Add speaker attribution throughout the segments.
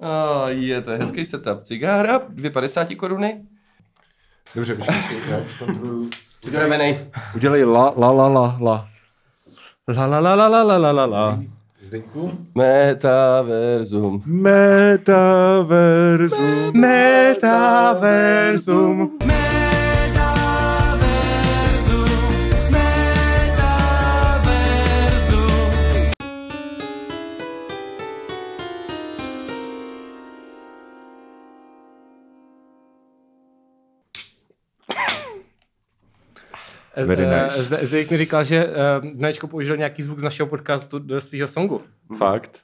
Speaker 1: A je to je hezký setup. Cigára, 2,50 koruny.
Speaker 2: Dobře, počkej, já zkontroluju.
Speaker 1: Připravený.
Speaker 3: Udělej la, la, la, la, la. La, la, la, la, la, la, la, la, la.
Speaker 2: Zdeňku?
Speaker 1: Metaverzum.
Speaker 3: Metaverzum. Metaverzum. Very
Speaker 4: Eh,
Speaker 3: nice.
Speaker 4: Zde, Zdeněk mi říkal, že eh, Dnečko použil nějaký zvuk z našeho podcastu do svého songu.
Speaker 3: Fakt.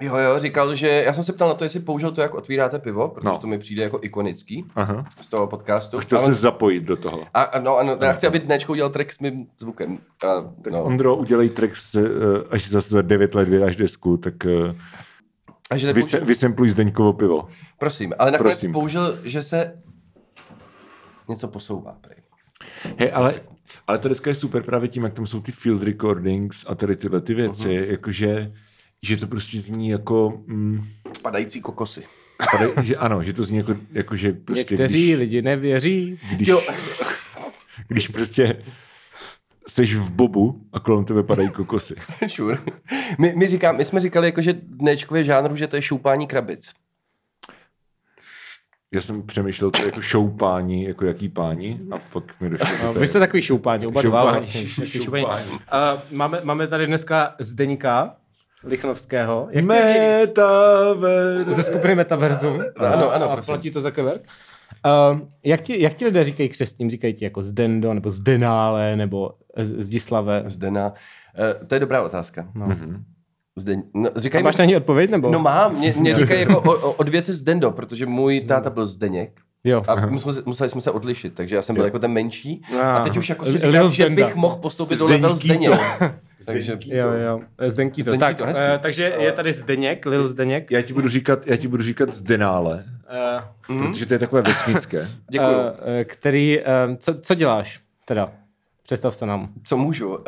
Speaker 1: Jo, jo, říkal, že já jsem se ptal na to, jestli použil to, jak otvíráte pivo, protože
Speaker 3: No.
Speaker 1: to mi přijde jako ikonický
Speaker 3: Aha.
Speaker 1: z toho podcastu.
Speaker 3: Chtěl
Speaker 1: A
Speaker 3: se
Speaker 1: on-
Speaker 3: zapojit do toho.
Speaker 1: a, a, no, ano, já chci, aby dnečko udělal track s mým zvukem. A, no.
Speaker 3: Ondro, udělej track, s, eh, až zase za 9 let vydáš desku, tak eh,
Speaker 1: a že nepoužil,
Speaker 3: vyse, vysampluj Zdeňkovo pivo.
Speaker 1: prosím, ale nakonec
Speaker 3: Prosím.
Speaker 1: použil, že se něco posouvá. Prej.
Speaker 3: Hej, ale, ale ta deska je super právě tím, jak tam jsou ty field recordings a tady tyhle ty věci, uh-huh. jakože že to prostě zní jako... Mm,
Speaker 1: Padající kokosy.
Speaker 3: tady, že, ano, že to zní jako, jako že prostě...
Speaker 4: Někteří
Speaker 3: když-
Speaker 4: lidi nevěří.
Speaker 3: když, když prostě seš v bobu a kolem tebe padají kokosy.
Speaker 1: sure. my, my, říkám, my jsme říkali, jako, že dnečko je žánru, že to je šoupání krabic.
Speaker 3: Já jsem přemýšlel to jako šoupání, jako jaký páni a pak mi došlo, že
Speaker 4: No,
Speaker 3: to
Speaker 4: Vy
Speaker 3: je
Speaker 4: jste takový šoupáni, oba dva
Speaker 3: Šoupáni.
Speaker 4: vlastně. Takový šoupáni.
Speaker 3: Šoupáni.
Speaker 4: Eh, máme, máme tady dneska Zdeňka Lichnovského. Jak
Speaker 3: Metaverse.
Speaker 4: ze skupiny Metaverzum.
Speaker 1: Ano, ano,
Speaker 4: A
Speaker 1: prosím.
Speaker 4: platí to za keverk. Uh, jak, ti, jak ti lidé říkají křesním? Říkají ti jako Zdendo, nebo Zdenále, nebo Z- Zdislave?
Speaker 1: Zde na... Uh, to je dobrá otázka. No.
Speaker 3: Mhm.
Speaker 1: Zde, no,
Speaker 4: A
Speaker 1: říkej,
Speaker 4: máš na ní odpověď, nebo?
Speaker 1: No mám, mě, mě říkají jako o, o, od věci Zdendo, protože můj táta byl Zdeněk.
Speaker 3: No.
Speaker 4: Jo.
Speaker 1: A museli, museli jsme se odlišit, takže já jsem byl jako ten menší. A teď už jako si
Speaker 4: L-
Speaker 1: říkám,
Speaker 4: Little
Speaker 1: že
Speaker 4: Zdenda.
Speaker 1: bych mohl postoupit do level
Speaker 3: Zdeňký
Speaker 1: Zdeně.
Speaker 3: to.
Speaker 1: takže
Speaker 4: Jo, jo, Zdenky to.
Speaker 1: Zdeňky
Speaker 4: Tak,
Speaker 1: to, hezký.
Speaker 4: eh, takže je tady Zdeněk, Lil Zdeněk.
Speaker 3: Já ti budu říkat, já ti budu říkat zdenále,
Speaker 4: Eh,
Speaker 3: mm-hmm. protože to je takové vesnické.
Speaker 1: děkuju.
Speaker 4: eh, eh, který, eh, co, co děláš teda? Představ se nám.
Speaker 1: Co můžu? Uh,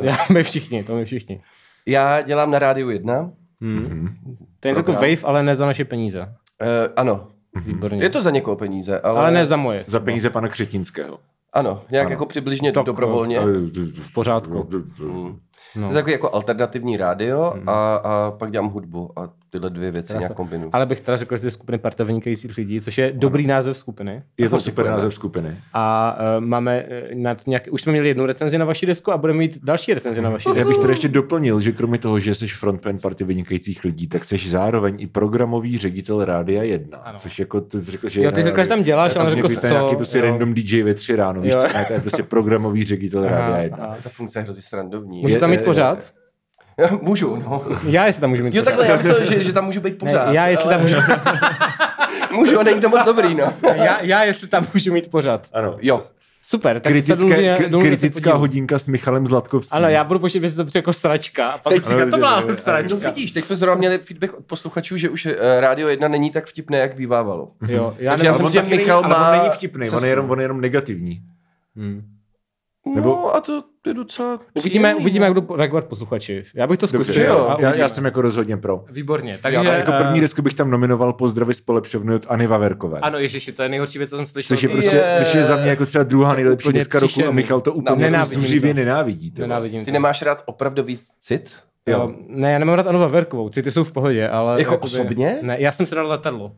Speaker 4: Já, my všichni, to my všichni.
Speaker 1: já dělám na rádiu 1. Uh,
Speaker 4: To je něco jako
Speaker 1: Program.
Speaker 4: Wave, ale ne za naše peníze.
Speaker 1: Eh, ano,
Speaker 4: Výborně.
Speaker 1: je to za někoho peníze, ale,
Speaker 4: Ale ne za moje.
Speaker 3: Za peníze pana Křetínského.
Speaker 1: ano, nějak ano. jako přibližně
Speaker 4: Tak,
Speaker 1: dobrovolně.
Speaker 3: V
Speaker 4: pořádku.
Speaker 3: No.
Speaker 1: To je takový jako alternativní rádio
Speaker 3: Mhm.
Speaker 1: a, a pak dělám hudbu a tyhle dvě věci nějak kombinuju.
Speaker 4: Ale bych teda řekl, že je skupiny Parta vynikajících lidí, což je dobrý název skupiny.
Speaker 3: Je to
Speaker 1: Ano,
Speaker 3: super
Speaker 1: děkujeme.
Speaker 3: název skupiny.
Speaker 4: A uh, máme eh, na to nějak, už jsme měli jednu recenzi na vaši desku a budeme mít další recenzi na vaši
Speaker 3: Já
Speaker 4: desku.
Speaker 3: bych tady ještě doplnil, že kromě toho, že jsi frontman party vynikajících lidí, tak jsi zároveň i programový ředitel Rádia 1, ano. což jako ty jsi řekl, že...
Speaker 4: Jo, ty jsi říkal, že tam děláš, ale řekl jsi
Speaker 3: co.
Speaker 4: co,
Speaker 3: nějaký prostě
Speaker 4: jo.
Speaker 3: random DJ ve tři ráno, víš
Speaker 4: Jo.
Speaker 3: co, ne, to je prostě programový ředitel Rádia 1.
Speaker 4: Aha.
Speaker 1: Ta funkce je hrozně srandovní.
Speaker 4: Můžu
Speaker 3: Je-
Speaker 4: tam
Speaker 3: je-
Speaker 4: mít pořád?
Speaker 1: Můžu, no.
Speaker 4: Já jestli tam můžu mít
Speaker 1: Jo,
Speaker 4: pořád.
Speaker 1: takhle, já myslel, že, že tam můžu být pořád.
Speaker 4: Ne, já, jestli tam můžu,
Speaker 1: Můžu, a není to moc dobrý, no.
Speaker 4: já, já jestli tam můžu mít pořád.
Speaker 3: Ano.
Speaker 1: Jo.
Speaker 4: Super, tak se
Speaker 3: Kritické,
Speaker 4: domluvíme-
Speaker 3: k-
Speaker 4: domluvíme se
Speaker 3: kritická
Speaker 4: podívat.
Speaker 3: hodinka s Michalem Zlatkovským.
Speaker 4: Ale já budu počítat věci, co přijde jako sračka. A pak
Speaker 1: Teď-
Speaker 4: říká, to
Speaker 3: Ale-
Speaker 4: byla
Speaker 3: ale-
Speaker 1: No
Speaker 4: sračka.
Speaker 1: vidíš, teď jsme zrovna měli feedback od posluchačů, že už eh, Rádio 1 není tak vtipné, jak bývávalo.
Speaker 4: Jo,
Speaker 1: Takže
Speaker 4: já nevím,
Speaker 1: já jsem
Speaker 3: on
Speaker 1: si, že
Speaker 3: taky není-
Speaker 1: Michal
Speaker 3: ale
Speaker 1: má...
Speaker 3: on není vtipný, on je, jenom, on je jenom negativní.
Speaker 1: Hmm.
Speaker 3: Nebo-
Speaker 1: No a to je docela
Speaker 4: uvidíme,
Speaker 1: příjemný,
Speaker 4: uvidíme, jak
Speaker 1: no.
Speaker 4: budou reagovat posluchači. Já bych to
Speaker 3: Dobře,
Speaker 4: zkusil.
Speaker 1: jo.
Speaker 4: a
Speaker 3: jo, já,
Speaker 4: uvidíme.
Speaker 3: já, jsem jako rozhodně pro.
Speaker 4: Výborně.
Speaker 1: Já
Speaker 4: Takže,
Speaker 1: mám
Speaker 3: Jako první
Speaker 4: eh,
Speaker 3: desku bych tam nominoval pozdravy z polepšovny od Anny Vaverkové.
Speaker 4: Ano, Ježíši, to je nejhorší věc, co jsem slyšel.
Speaker 3: Což je,
Speaker 4: Co-
Speaker 3: prostě,
Speaker 1: Je.
Speaker 3: což je za mě jako třeba druhá nejlepší
Speaker 4: Úplně
Speaker 3: deska roku a
Speaker 4: příšerný.
Speaker 3: Michal to úplně jako
Speaker 4: Nenávidím
Speaker 3: zuřivě
Speaker 4: to.
Speaker 3: nenávidí. ty vole.
Speaker 4: Nenávidím
Speaker 1: Ty
Speaker 4: to.
Speaker 1: nemáš rád opravdový cit?
Speaker 3: Jo.
Speaker 4: Jo. Ne, já nemám rád Anu Vaverkovou, city jsou v pohodě, ale...
Speaker 1: Jako osobně?
Speaker 4: Ne, já jsem se dal letadlo.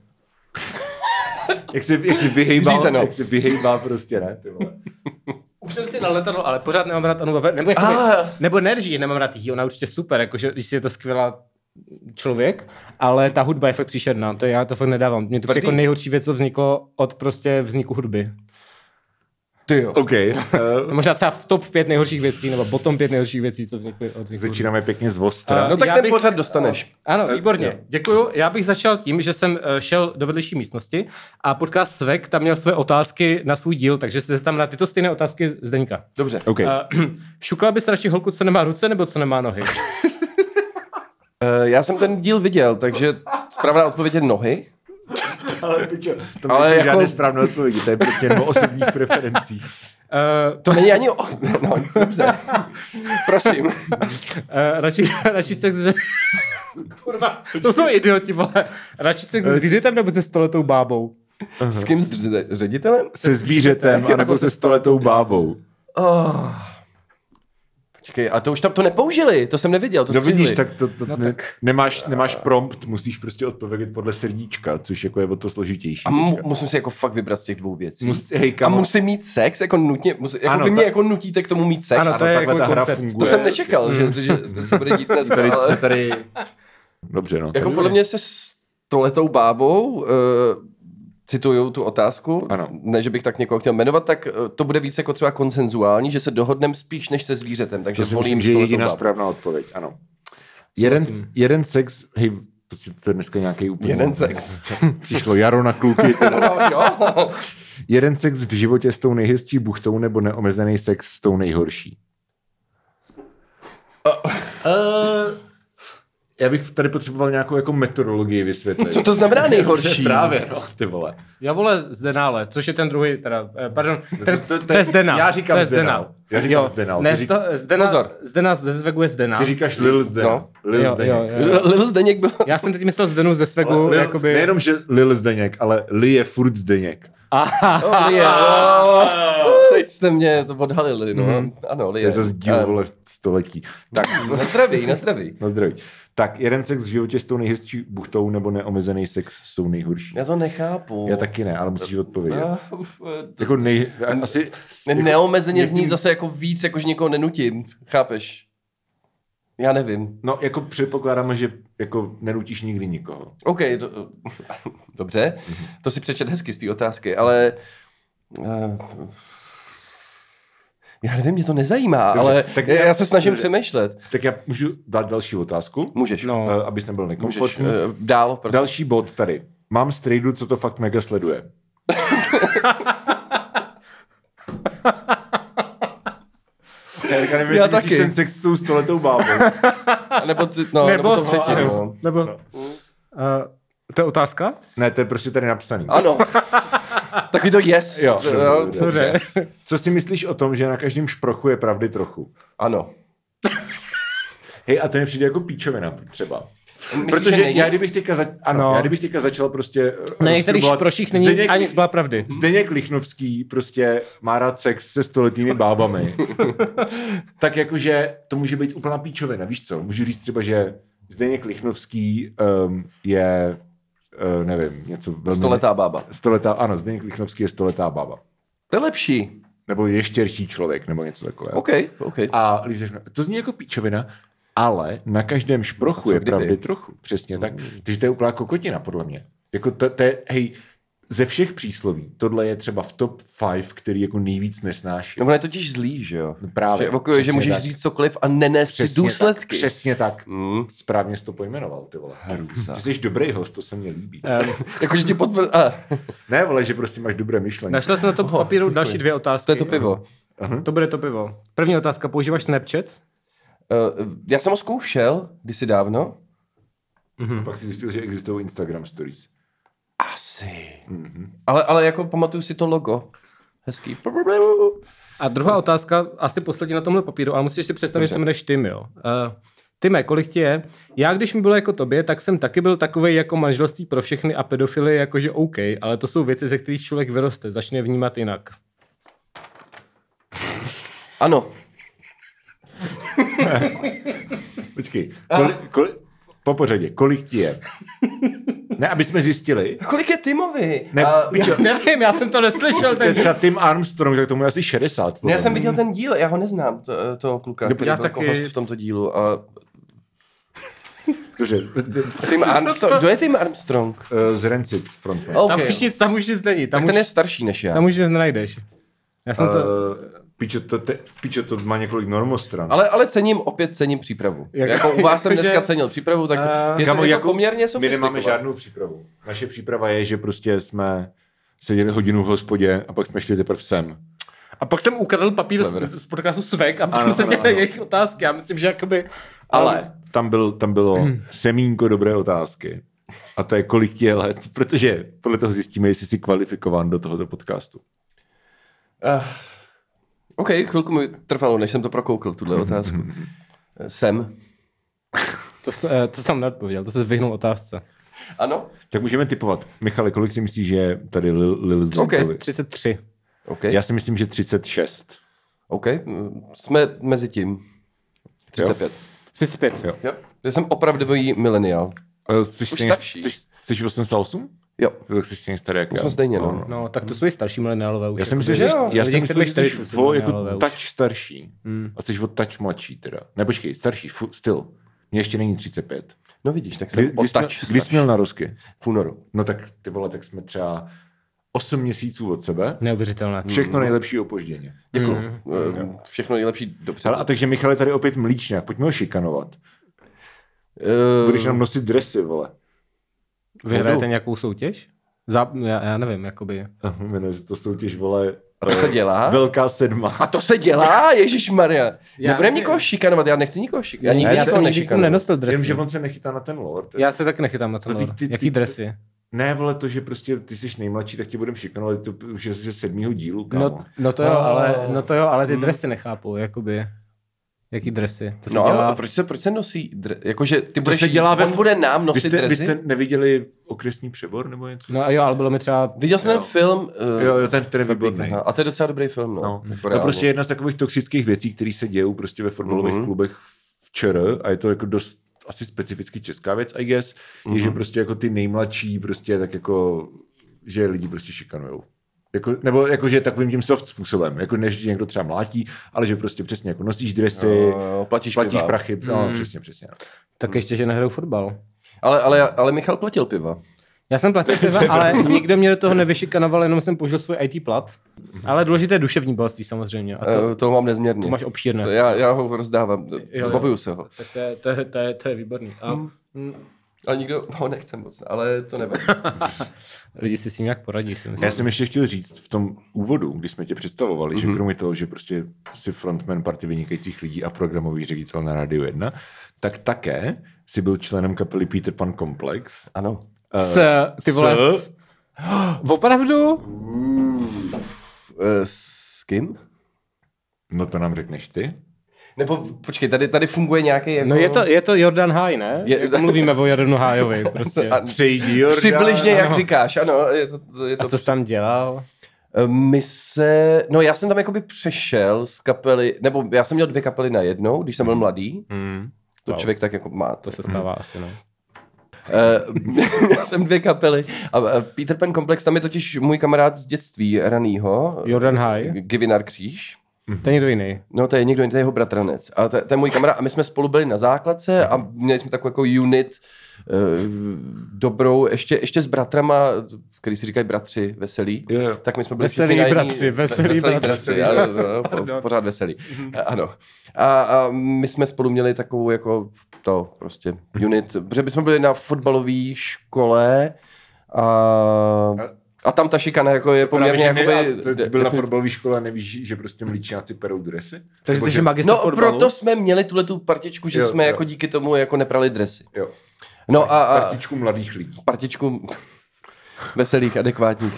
Speaker 3: Jak si, jak si vyhejbal,
Speaker 1: Řízeno.
Speaker 3: jak si vyhejbal prostě, ne? Ty vole.
Speaker 4: Už jsem si dal letadlo, ale pořád nemám rád Anu Vaverkovou. Nebo, jako
Speaker 1: Ah.
Speaker 4: nebo ne, že ji nemám rád jí, ona určitě super, jakože když si je to skvělá člověk, ale ta hudba je fakt příšerná, to já to fakt nedávám. Mě to přijde
Speaker 1: Tvrdý.
Speaker 4: jako nejhorší věc, co vzniklo od prostě vzniku hudby.
Speaker 1: Ty jo.
Speaker 3: OK, eh,
Speaker 4: Možná třeba v top 5 nejhorších věcí, nebo bottom 5 nejhorších věcí, co vznikly od vzniku hudby.
Speaker 3: začínáme pěkně z ostra.
Speaker 4: A-
Speaker 1: No tak
Speaker 4: Já
Speaker 1: ten
Speaker 4: bych-
Speaker 1: pořád dostaneš. Eh,
Speaker 4: Ano, výborně. Děkuju. Já bych začal tím, že jsem eh, šel do vedlejší místnosti a podcast Svek tam měl své otázky na svůj díl, takže se tam na tyto stejné otázky Zdeňka.
Speaker 1: Dobře.
Speaker 3: OK,
Speaker 4: Uh, šukla bys radši holku, co nemá ruce, nebo co nemá nohy?
Speaker 1: Eh, Já jsem ten díl viděl, takže správná odpověď je nohy.
Speaker 3: ale pičo, to
Speaker 1: ale
Speaker 3: nejsou
Speaker 1: jako-
Speaker 3: žádné správné odpovědi, to je prostě jenom o osobních preferencích.
Speaker 4: Uh,
Speaker 1: To není ani... o- No, dobře. Prosím.
Speaker 4: uh, radši, radši sex Eh, se... Kurva, to jsou idioti, vole. Radši se
Speaker 3: Eh,
Speaker 4: se zvířetem nebo se stoletou bábou?
Speaker 1: S kým? S dř- ředitelem?
Speaker 3: Se zvířetem, anebo se stoletou bábou.
Speaker 1: Oh. Počkej, a to už tam to nepoužili, to jsem neviděl, to
Speaker 3: No
Speaker 1: střihli.
Speaker 3: vidíš, tak to, to ne, nemáš, nemáš prompt, musíš prostě odpovědět podle srdíčka, což jako je o to složitější.
Speaker 1: A mu, musím si jako fakt vybrat z těch dvou věcí.
Speaker 3: Mus- hej,
Speaker 1: a
Speaker 3: kamo.
Speaker 1: musím mít sex, jako nutně, musí, jako
Speaker 3: Ano,
Speaker 1: ano, vy mě
Speaker 3: ta-
Speaker 1: jako nutíte k tomu mít sex.
Speaker 4: Ano,
Speaker 1: to,
Speaker 4: to je
Speaker 3: takhle
Speaker 4: jako
Speaker 3: ta hra
Speaker 4: koncept.
Speaker 3: funguje.
Speaker 1: to jsem nečekal, že, že, že se bude dít dneska,
Speaker 3: Mm. Tady jsme
Speaker 1: ale
Speaker 3: tady... Dobře, no.
Speaker 1: jako podle mě se s tohletou bábou, uh, cituju tu otázku,
Speaker 3: Ano.
Speaker 1: ne, že bych tak někoho chtěl jmenovat, tak eh, to bude víc jako třeba konsenzuální, že se dohodneme spíš než se zvířetem, takže
Speaker 3: To si
Speaker 1: volím
Speaker 3: myslím, že
Speaker 1: s
Speaker 3: je
Speaker 1: tohletou
Speaker 3: jediná
Speaker 1: bábou.
Speaker 3: správná odpověď, ano. Jeden, jeden sex, hej, prostě to je dneska nějaký úplně...
Speaker 1: Jeden sex.
Speaker 3: Přišlo jaro na kluky. ty vole.
Speaker 1: No, jo.
Speaker 3: jeden sex v životě s tou nejhezčí buchtou nebo neomezený sex s tou nejhorší? Uh, já bych tady potřeboval nějakou jako metodologii vysvětlit.
Speaker 1: Co to znamená nejhorší?
Speaker 3: Právě, no, ty vole.
Speaker 4: Já vole Zdenále, což je ten druhý, teda, eh, pardon, ten,
Speaker 3: to- to-
Speaker 4: to, je Zdena.
Speaker 3: já říkám
Speaker 4: to je
Speaker 3: Zdenal. Já říkám
Speaker 4: jo,
Speaker 3: Zdenal. Ty
Speaker 4: Ne,
Speaker 3: řík-
Speaker 4: sto, Zdena,
Speaker 1: Pozor.
Speaker 4: Zdena ze Svegu je Zdena.
Speaker 3: Ty říkáš Lil Zdeněk.
Speaker 1: No.
Speaker 3: Lil
Speaker 4: jo, jo,
Speaker 3: Zdeněk.
Speaker 4: jo.
Speaker 1: Lil Zdeněk byl...
Speaker 4: Já jsem teď myslel Zdenu ze Svegu,
Speaker 3: Lil,
Speaker 4: No, jakoby...
Speaker 3: Nejenom, že Lil Zdeněk, ale Li je furt Zdeněk.
Speaker 1: Oh, Lie, oh, teď jste mě to odhalili, no.
Speaker 3: Mhm.
Speaker 1: Ano, Lie.
Speaker 3: To je zase
Speaker 1: eh.
Speaker 3: díl, vole, století. Tak,
Speaker 1: Na zdraví, na zdraví.
Speaker 3: na zdraví. Tak, jeden sex v životě s tou nejhezčí buchtou nebo neomezený sex s tou nejhorší.
Speaker 1: Já to nechápu.
Speaker 3: Já taky ne, ale musíš odpovědět.
Speaker 1: Ah, uf, eh, to-
Speaker 3: Jako nej... Asi...
Speaker 1: Neomezeně zní
Speaker 3: někdy-
Speaker 1: zase jako víc, jakož nikoho nenutím. Chápeš? Já nevím.
Speaker 3: No, jako předpokládám, že jako nenutíš nikdy nikoho.
Speaker 1: OK, to, dobře.
Speaker 3: Mhm.
Speaker 1: To si přečet hezky z té otázky, ale... eh, já nevím, mě to nezajímá,
Speaker 3: Dobře,
Speaker 1: ale
Speaker 3: tak
Speaker 1: tak já,
Speaker 3: já-
Speaker 1: já se snažím
Speaker 3: dobře.
Speaker 1: přemýšlet.
Speaker 3: Tak já můžu dát další otázku,
Speaker 1: Můžeš.
Speaker 4: No.
Speaker 3: eh, abys nebyl
Speaker 1: Můžeš,
Speaker 3: nekomfortní.
Speaker 1: eh, dál, prosím.
Speaker 3: Další bod tady. Mám strejdu, co to fakt mega sleduje. Já nevím,
Speaker 1: Já
Speaker 3: jestli myslíš
Speaker 1: taky.
Speaker 3: ten sex s tou stoletou bábou.
Speaker 1: Nebo, ty, no, nebo,
Speaker 4: nebo,
Speaker 1: to předtím, no.
Speaker 4: nebo, nebo Eh, to je otázka?
Speaker 3: Ne, to je prostě tady napsaný.
Speaker 1: Ano. Takový to yes.
Speaker 3: Jo,
Speaker 1: jo.
Speaker 3: dobře,
Speaker 4: Dobře.
Speaker 3: Co si myslíš o tom, že na každém šprochu je pravdy trochu?
Speaker 1: Ano.
Speaker 3: Hej, a to mi přijde jako píčovina třeba.
Speaker 1: Myslíš,
Speaker 3: Protože
Speaker 1: že není?
Speaker 3: já kdybych teďka, za... ano,
Speaker 4: No.
Speaker 3: já kdybych teďka začal prostě
Speaker 4: Na některých
Speaker 3: roztrubovat-
Speaker 4: proších není
Speaker 3: Zdeněk-
Speaker 4: ani zbyla pravdy.
Speaker 3: Zdeněk Lichnovský prostě má rád sex se stoletými bábami. tak jakože to může být úplná píčovina, víš co? Můžu říct třeba, že Zdeněk Lichnovský um, je, uh, nevím, něco velmi...
Speaker 1: Stoletá bába.
Speaker 3: Stoletá, ano, Zdeněk Lichnovský je stoletá bába.
Speaker 1: To je lepší.
Speaker 3: Nebo je štěrší člověk, nebo něco takového.
Speaker 1: OK, OK. A
Speaker 3: A Líza řekne, to zní jako píčovina, ale na každém šprochu
Speaker 1: Co
Speaker 3: je
Speaker 1: kdyby? Hmm.
Speaker 3: pravdy trochu. Přesně tak. Takže to je úplná kokotina, podle mě. Jako to, to je, hej, ze všech přísloví, tohle je třeba v top 5, který jako nejvíc nesnáší.
Speaker 1: ono je totiž zlý, že jo?
Speaker 3: No právě,
Speaker 1: No, Že, evokuje, že
Speaker 3: přesně
Speaker 1: můžeš
Speaker 3: tak.
Speaker 1: říct cokoliv a nenést si
Speaker 3: Tak,
Speaker 1: důsledky.
Speaker 3: přesně tak.
Speaker 1: Mm.
Speaker 3: Správně jsi to pojmenoval, ty vole.
Speaker 1: Hrůza.
Speaker 3: Že jsi dobrý host, to se mně líbí.
Speaker 1: Eh.
Speaker 4: Ehm,
Speaker 1: Jakože ti podpr... A,
Speaker 3: Ne, vole, že prostě máš dobré myšlení.
Speaker 4: Našel jsem na tom papíru další dvě otázky.
Speaker 1: to je to pivo.
Speaker 3: Mhm.
Speaker 4: To bude to pivo. První otázka, používáš Snapchat?
Speaker 1: Uh, já jsem ho zkoušel kdysi dávno.
Speaker 3: Pak si zjistil, že existují Instagram stories.
Speaker 1: Asi.
Speaker 3: Mhm.
Speaker 1: Ale, ale jako pamatuju si to logo. Hezký.
Speaker 4: A druhá otázka, asi poslední na tomhle papíru, ale musíš si představit, že se jmenuješ Tim, jo. Uh, Tyme, kolik ti je? Já, když mi bylo jako tobě, tak jsem taky byl takový jako manželství pro všechny a pedofily, jakože OK, ale to jsou věci, ze kterých člověk vyroste, začne je vnímat jinak.
Speaker 1: Ano.
Speaker 3: Počkej,
Speaker 1: Ah.
Speaker 3: kolik, kolik, po pořadě, kolik ti je? Ne, aby jsme zjistili.
Speaker 1: Kolik je Timovi? Eh,
Speaker 3: Ne,
Speaker 1: A-
Speaker 3: pičo,
Speaker 4: Nevím, já jsem to neslyšel.
Speaker 3: To je
Speaker 4: Ten...
Speaker 3: třeba Tim Armstrong, tak tomu je asi 60.
Speaker 1: Ne,
Speaker 3: podle
Speaker 1: No, já jsem
Speaker 3: mě.
Speaker 1: viděl ten díl, já ho neznám, to, eh, toho kluka,
Speaker 3: Já
Speaker 1: který byl jako
Speaker 4: taky.
Speaker 1: host v tomto dílu. A
Speaker 3: Dobře.
Speaker 1: Tim Armstrong, kdo je Tim Armstrong?
Speaker 3: Eh, Z Rancid frontman.
Speaker 1: OK.
Speaker 4: Tam už nic, tam už nic není. Tam,
Speaker 1: Tak
Speaker 4: už,
Speaker 1: ten je starší než já.
Speaker 4: tam už nic nenajdeš. Já jsem to...
Speaker 3: Eh, Pičo, to, te, pičo, to má několik normostran.
Speaker 1: Ale, ale cením, opět cením přípravu.
Speaker 4: Jak-
Speaker 1: Jak, jako u vás jsem
Speaker 4: jakože-
Speaker 1: dneska cenil přípravu, tak
Speaker 4: A-
Speaker 1: je to, je to poměrně
Speaker 3: jako My
Speaker 1: sofistikované.
Speaker 3: nemáme žádnou přípravu. Naše příprava je, že prostě jsme seděli hodinu v hospodě a pak jsme šli teprve sem.
Speaker 4: A pak jsem ukradl papír
Speaker 1: Clever.
Speaker 4: z, z podcastu Svek a tam
Speaker 3: Ano,
Speaker 4: se
Speaker 3: ano,
Speaker 4: dělaly
Speaker 3: ano.
Speaker 4: jejich otázky. Já myslím, že jakoby...
Speaker 3: Ale tam, byl, tam bylo
Speaker 1: Hmm.
Speaker 3: semínko dobré otázky. A to je, kolik ti je let, protože podle toho zjistíme, jestli jsi kvalifikován do tohoto podcastu.
Speaker 1: Uh, OK, chvilku mi trvalo, než jsem to prokoukl, tuhle otázku. Eh, Jsem.
Speaker 4: To, jsi, eh, to jsem neodpověděl, to se vyhnul otázce.
Speaker 1: Ano?
Speaker 3: Tak můžeme typovat. Michale, kolik si myslíš, že je tady Lil, Lil
Speaker 1: Ok.
Speaker 3: okay.
Speaker 4: 33.
Speaker 1: OK.
Speaker 3: Já si myslím, že 36.
Speaker 1: OK. mm, Jsme mezi tím. 35.
Speaker 4: 35.
Speaker 3: Jo.
Speaker 1: Jo. Já jsem opravdový mileniál.
Speaker 3: Eh, Jsi,
Speaker 1: Už
Speaker 3: stejně,
Speaker 1: starší.
Speaker 3: jsi, jsi 88?
Speaker 1: Jo.
Speaker 3: Tak jsi stejně starý jak
Speaker 1: My
Speaker 3: já.
Speaker 1: jsme stejně, no.
Speaker 4: No, tak to jsou i starší mileniálové už.
Speaker 3: Já jsem
Speaker 4: jako
Speaker 3: myslel,
Speaker 4: by-
Speaker 3: že,
Speaker 1: jo,
Speaker 3: já
Speaker 4: lidi,
Speaker 3: jsem
Speaker 4: kteří
Speaker 3: myslel, že jsi
Speaker 4: 40
Speaker 3: o,
Speaker 4: mileniálové
Speaker 3: jako
Speaker 4: už.
Speaker 3: touch starší.
Speaker 1: Hmm.
Speaker 3: A jsi o touch mladší teda. Ne, počkej, starší, fu, still. Mně ještě není 35.
Speaker 1: No vidíš, tak
Speaker 3: Kdy,
Speaker 1: jsem
Speaker 3: kdy, jsi, měl-
Speaker 1: otač
Speaker 3: kdy jsi
Speaker 1: starší.
Speaker 3: měl na rozky?
Speaker 1: v únoru.
Speaker 3: No tak ty vole, tak jsme třeba 8 měsíců od sebe.
Speaker 4: Neuvěřitelné.
Speaker 1: Hmm.
Speaker 4: Mm-hmm.
Speaker 3: Všechno nejlepší opožděně.
Speaker 1: Děkuju. Mm. Všechno nejlepší dobře.
Speaker 3: Ale a takže Michal je tady opět mlíčňák, pojďme ho šikanovat.
Speaker 1: Eh,
Speaker 3: Budeš nám nosit dresy, vole.
Speaker 4: Vyhrajete nějakou soutěž? Za, no, já, já nevím, jakoby.
Speaker 3: Jmenuje se to soutěž, vole. eh,
Speaker 1: A to se dělá?
Speaker 3: Velká sedma.
Speaker 1: A to se dělá, Ježíš Maria.
Speaker 4: Já-
Speaker 1: Nebudeme nikoho šikanovat, já nechci nikoho šikanovat. Já
Speaker 4: Já,
Speaker 1: nikdy
Speaker 4: já
Speaker 1: nikoho
Speaker 4: jsem nikdy
Speaker 1: nešikanu.
Speaker 4: nenosil dresy.
Speaker 3: jako Vím, že on se nechytá na ten lord.
Speaker 4: Já se taky nechytám na to.
Speaker 3: No ty-
Speaker 4: Laura.
Speaker 3: ty-
Speaker 4: Jaký
Speaker 3: ty-
Speaker 4: dres je?
Speaker 3: Ne, vole, to, že prostě ty jsi nejmladší, tak tě budem šikanovat, to už je ze sedmého dílu, kámo. Mm.
Speaker 4: No, no, to jo, ale, no to jo, ale ty dresy nechápu, jakoby. Jaký dresy? To se
Speaker 1: No
Speaker 4: dělá...
Speaker 1: ale proč se, proč se nosí dre... Jakože ty
Speaker 3: To
Speaker 1: budeš,
Speaker 3: se dělá ve...
Speaker 1: on bude nám
Speaker 3: vy
Speaker 1: nosit
Speaker 3: jste, vy
Speaker 1: dresy?
Speaker 3: jste neviděli okresní přebor nebo něco?
Speaker 4: No a jo, ale bylo mi třeba...
Speaker 1: Viděl jsem
Speaker 3: Jo.
Speaker 1: ten film. Uh,
Speaker 3: Jo, jo, ten, ten je výborný.
Speaker 1: A to je docela dobrý film, no.
Speaker 3: No.
Speaker 1: Jako
Speaker 3: To je
Speaker 1: reálně.
Speaker 3: prostě jedna z takových toxických věcí, které se dějou prostě ve fotbalových
Speaker 1: Mhm.
Speaker 3: mm-hmm. klubech v ČR a je to jako dost asi specificky česká věc, I guess, mm-hmm. je,
Speaker 1: Mhm.
Speaker 3: že prostě jako ty nejmladší prostě tak jako, že lidi prostě šikanujou. Jako, nebo jako, že takovým tím soft způsobem, jako než tě někdo třeba mlátí, ale že prostě přesně jako nosíš dresy,
Speaker 1: Jo, jo, platíš,
Speaker 3: platíš
Speaker 1: piva. Mhm.
Speaker 3: prachy, no přesně, přesně.
Speaker 4: Tak ještě, že nehraju fotbal.
Speaker 1: Ale, ale, ale Michal platil piva.
Speaker 4: Já jsem platil piva, ale nikdo mě do toho nevyšikanoval, jenom jsem použil svůj IT plat. Ale důležité je duševní bohatství samozřejmě. A to,
Speaker 1: To, Eh, toho mám nezměrně.
Speaker 4: to máš obšírné.
Speaker 1: já, já ho rozdávám,
Speaker 4: jo.
Speaker 1: zbavuju se ho.
Speaker 4: Tak to je, to, je, to, je, to je výborný. A mm,
Speaker 1: A nikdo ho nechce moc, ale to nevadí.
Speaker 4: lidi si s tím nějak poradí, si myslím.
Speaker 3: Já jsem ještě chtěl říct v tom úvodu, když jsme tě představovali, mm-hmm. že kromě toho, že prostě si frontman party vynikajících lidí a programový ředitel na Radio 1, tak také si byl členem kapely Peter Pan Komplex.
Speaker 1: Ano.
Speaker 4: S, ty vole,
Speaker 3: s-
Speaker 4: Eh, s... Opravdu?
Speaker 1: Eh, S kým?
Speaker 3: No to nám řekneš ty.
Speaker 1: Nebo počkej, tady, tady funguje nějaký jako...
Speaker 4: No je to, je to Jordan Haj, ne?
Speaker 1: Je-
Speaker 4: Je... Mluvíme o Jordanu Hájovi, prostě.
Speaker 1: A,
Speaker 3: Přejdi Jordan.
Speaker 1: Přibližně, jak
Speaker 4: ano.
Speaker 1: říkáš, ano. Je to, je to...
Speaker 4: A co jsi tam dělal?
Speaker 1: Eh, My se, no já jsem tam jakoby přešel z kapely, nebo já jsem měl dvě kapely na jednou, když jsem byl mladý.
Speaker 4: Hmm.
Speaker 1: To
Speaker 4: Wow.
Speaker 1: člověk tak jako má.
Speaker 4: To se stává asi, no.
Speaker 1: Eh, Měl jsem dvě kapely. A eh, Peter Pan Komplex, tam je totiž můj kamarád z dětství ranýho,
Speaker 4: Jordan Haj,
Speaker 1: Givinar Kříž.
Speaker 4: to je někdo jiný.
Speaker 1: No to je někdo, jiný, to je jeho bratranec. A to, to je můj kamarád. A my jsme spolu byli na základce a měli jsme takovou jako unit eh, dobrou, ještě, ještě s bratrama, který si říkají bratři veselí.
Speaker 3: Jo, jo.
Speaker 1: Tak my jsme byli
Speaker 4: Veselí
Speaker 1: všichni na jedný-
Speaker 4: bratři, veselí bratři.
Speaker 1: ano, ano, po-
Speaker 3: No.
Speaker 1: pořád veselí.
Speaker 3: Mhm.
Speaker 1: A- Ano. A, a my jsme spolu měli takovou jako to prostě unit, protože my jsme byli na fotbalové škole a, a tam ta šikana jako je poměrně jakoby...
Speaker 3: Ty byl na fotbalové škole a nevíš, že prostě mlíčňáci perou dresy?
Speaker 4: Takže
Speaker 3: Nebo
Speaker 4: ty
Speaker 3: že-
Speaker 4: jsi magister
Speaker 1: No,
Speaker 4: fotbalu?
Speaker 1: proto jsme měli tuhle tu partičku, že
Speaker 3: Jo,
Speaker 1: jsme
Speaker 3: jo.
Speaker 1: jako díky tomu jako neprali dresy.
Speaker 3: Jo.
Speaker 1: No a, a
Speaker 3: Partičku mladých lidí.
Speaker 1: partičku veselých, adekvátních.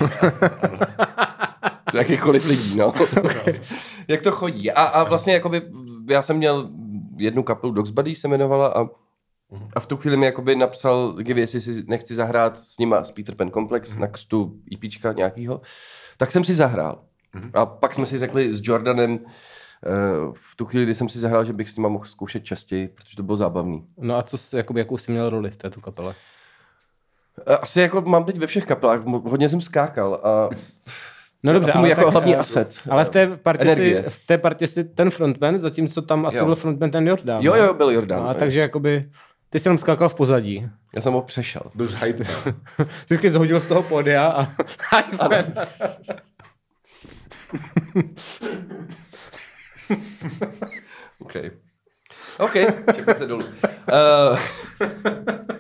Speaker 1: To Jakýchkoliv lidí, no. Jak to chodí. A, a vlastně jakoby, já jsem měl jednu kapelu Dogs Buddy se jmenovala a, a v tu chvíli mi jakoby napsal Givy, jestli si nechci zahrát s nima z Peter Pan Complex na křtu IPčka nějakýho. Tak jsem si zahrál. A pak jsme si řekli s Jordanem, eh, v tu chvíli, kdy jsem si zahrál, že bych s nima mohl zkoušet častěji, protože to bylo zábavný.
Speaker 4: No a co, jsi- jakoby, jakou jsi měl roli v této kapele?
Speaker 1: Asi jako mám teď ve všech kapelách, mo- hodně jsem skákal a
Speaker 4: No dobře,
Speaker 1: asi můj jako hlavní aset.
Speaker 4: Ale v té, partě si,
Speaker 1: Energie.
Speaker 4: v té partě si ten frontman, zatímco tam asi
Speaker 1: Jo.
Speaker 4: jo. byl frontman ten Jordan.
Speaker 1: Jo,
Speaker 4: ne?
Speaker 1: jo, byl Jordan.
Speaker 4: No, a takže jakoby, ty jsi tam skákal v pozadí.
Speaker 1: Já jsem ho přešel.
Speaker 3: Byl hype.
Speaker 4: Vždycky zhodil z toho pódia a...
Speaker 1: OK. OK, čepice dolů. Uh,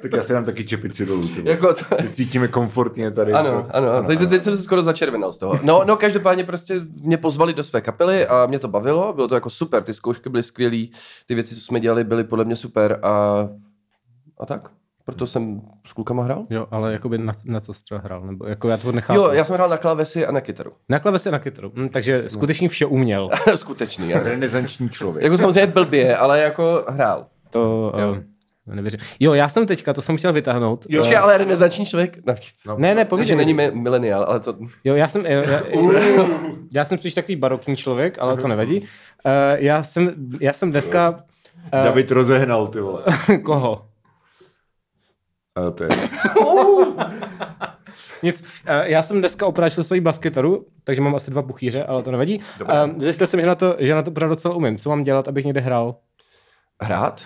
Speaker 3: tak já si dám taky čepici dolů. ty vole.
Speaker 1: jako to,
Speaker 3: Cítíme komfortně tady. jako
Speaker 1: ano, ano, ano. Teď, teď jsem se skoro začervenal z toho. No, no, každopádně prostě mě pozvali do své kapely a mě to bavilo, bylo to jako super, ty zkoušky byly skvělý, ty věci, co jsme dělali, byly podle mě super a, a tak. Proto jsem s klukama hrál.
Speaker 4: jo, ale jakoby na, na co jsi třeba hrál? Nebo jako já to nechápu.
Speaker 1: Jo, já No. jsem hrál na klávesi a na kytaru.
Speaker 4: Na klavesi a na kytaru. Hm, takže skutečně vše uměl.
Speaker 1: Skutečný, ano.
Speaker 3: Renesanční člověk.
Speaker 1: Jako samozřejmě blbě, ale jako hrál.
Speaker 4: To, jo. Nevěřím. Jo, já jsem teďka, to jsem chtěl vytáhnout.
Speaker 1: Jo. Počkej, ale renesanční člověk. No, nic.
Speaker 4: Ne, ne,
Speaker 1: Ne, že
Speaker 4: povídej.
Speaker 1: není Uh. mi- mileniál, ale to...
Speaker 4: Jo, já jsem, eh, já, já, já jsem spíš takový barokní člověk, ale to nevadí. Uh, já, jsem, já jsem dneska... eh,
Speaker 3: David rozehnal, ty vole.
Speaker 4: Koho?
Speaker 3: A to je...
Speaker 4: Nic. Eh, Já jsem dneska oprášil svoji basketaru, takže mám asi dva puchýře, ale to nevadí.
Speaker 1: Dobrá.
Speaker 4: Eh, Zjistil jsem, že na to, že na to opravdu docela umím. Co mám dělat, abych někde hrál?
Speaker 1: Hrát?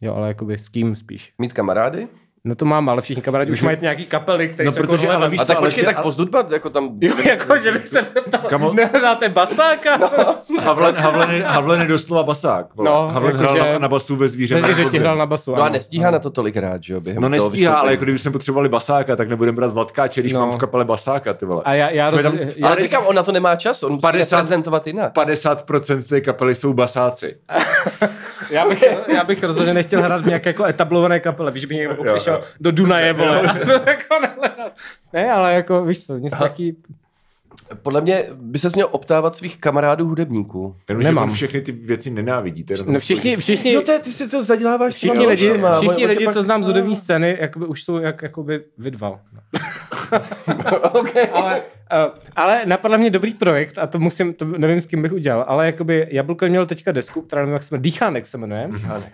Speaker 4: Jo, ale jakoby s kým spíš.
Speaker 1: Mít kamarády?
Speaker 4: No to mám, ale všichni kamarádi už mají nějaký kapely, které
Speaker 3: No,
Speaker 4: jsou jako
Speaker 3: protože-
Speaker 4: hele,
Speaker 3: ale víš
Speaker 4: víš
Speaker 1: A
Speaker 4: co?
Speaker 1: tak
Speaker 3: ale
Speaker 1: počkej,
Speaker 3: tě-
Speaker 1: tak pozdudbat, jako tam...
Speaker 4: Jo, jako, že bych se ptal,
Speaker 3: Kamo-
Speaker 4: nehráte basáka? prosím?
Speaker 3: Havlen, Havlen, Havlen je doslova basák. vole.
Speaker 4: No,
Speaker 3: Havlen
Speaker 4: jakože-
Speaker 3: hrál na, na basu ve zvíře.
Speaker 4: Bez že ti hrál na basu.
Speaker 1: No a
Speaker 4: ano.
Speaker 1: nestíhá na to tolik hrát, že jo? během
Speaker 3: No
Speaker 1: toho
Speaker 3: nestíhá,
Speaker 1: vystoupení.
Speaker 3: ale jako kdyby jsme potřebovali basáka, tak nebudeme brát zlatkáče, když
Speaker 4: No.
Speaker 3: no. mám v kapele basáka, ty vole.
Speaker 4: A já, já,
Speaker 3: Jsme
Speaker 4: roz...
Speaker 3: tam-
Speaker 4: já
Speaker 1: Ale říkám, on na to nemá čas, on musí
Speaker 3: 50
Speaker 1: reprezentovat jinak.
Speaker 3: 50% té kapely jsou basáci.
Speaker 4: Já bych, já bych rozhodně nechtěl hrát v nějaké jako etablované kapele, víš, že by někdo jako
Speaker 3: Jo,
Speaker 4: přišel
Speaker 3: jo.
Speaker 4: do Dunaje, vole. Jako nehledat. ne, ale jako, víš co, něco taky...
Speaker 1: Podle mě by se měl optávat svých kamarádů hudebníků.
Speaker 3: Jenomže
Speaker 4: Nemám.
Speaker 3: on všechny ty věci nenávidí. To je
Speaker 4: No
Speaker 3: rozhodně
Speaker 4: všichni, všichni,
Speaker 1: Jo, to je, ty si to zaděláváš. s těma
Speaker 4: všichni lidi,
Speaker 1: dalšíma. On
Speaker 4: všichni
Speaker 1: tě
Speaker 4: lidi
Speaker 1: pak-
Speaker 4: co znám z hudební scény, jakoby už jsou jak, jakoby vydval.
Speaker 1: okay.
Speaker 4: Ale, uh, ale napadl mě dobrý projekt a to musím, to nevím, s kým bych udělal, ale jakoby Jablko měl teďka desku, která nevím, jak se jmenuje, Dýchánek se jmenuje.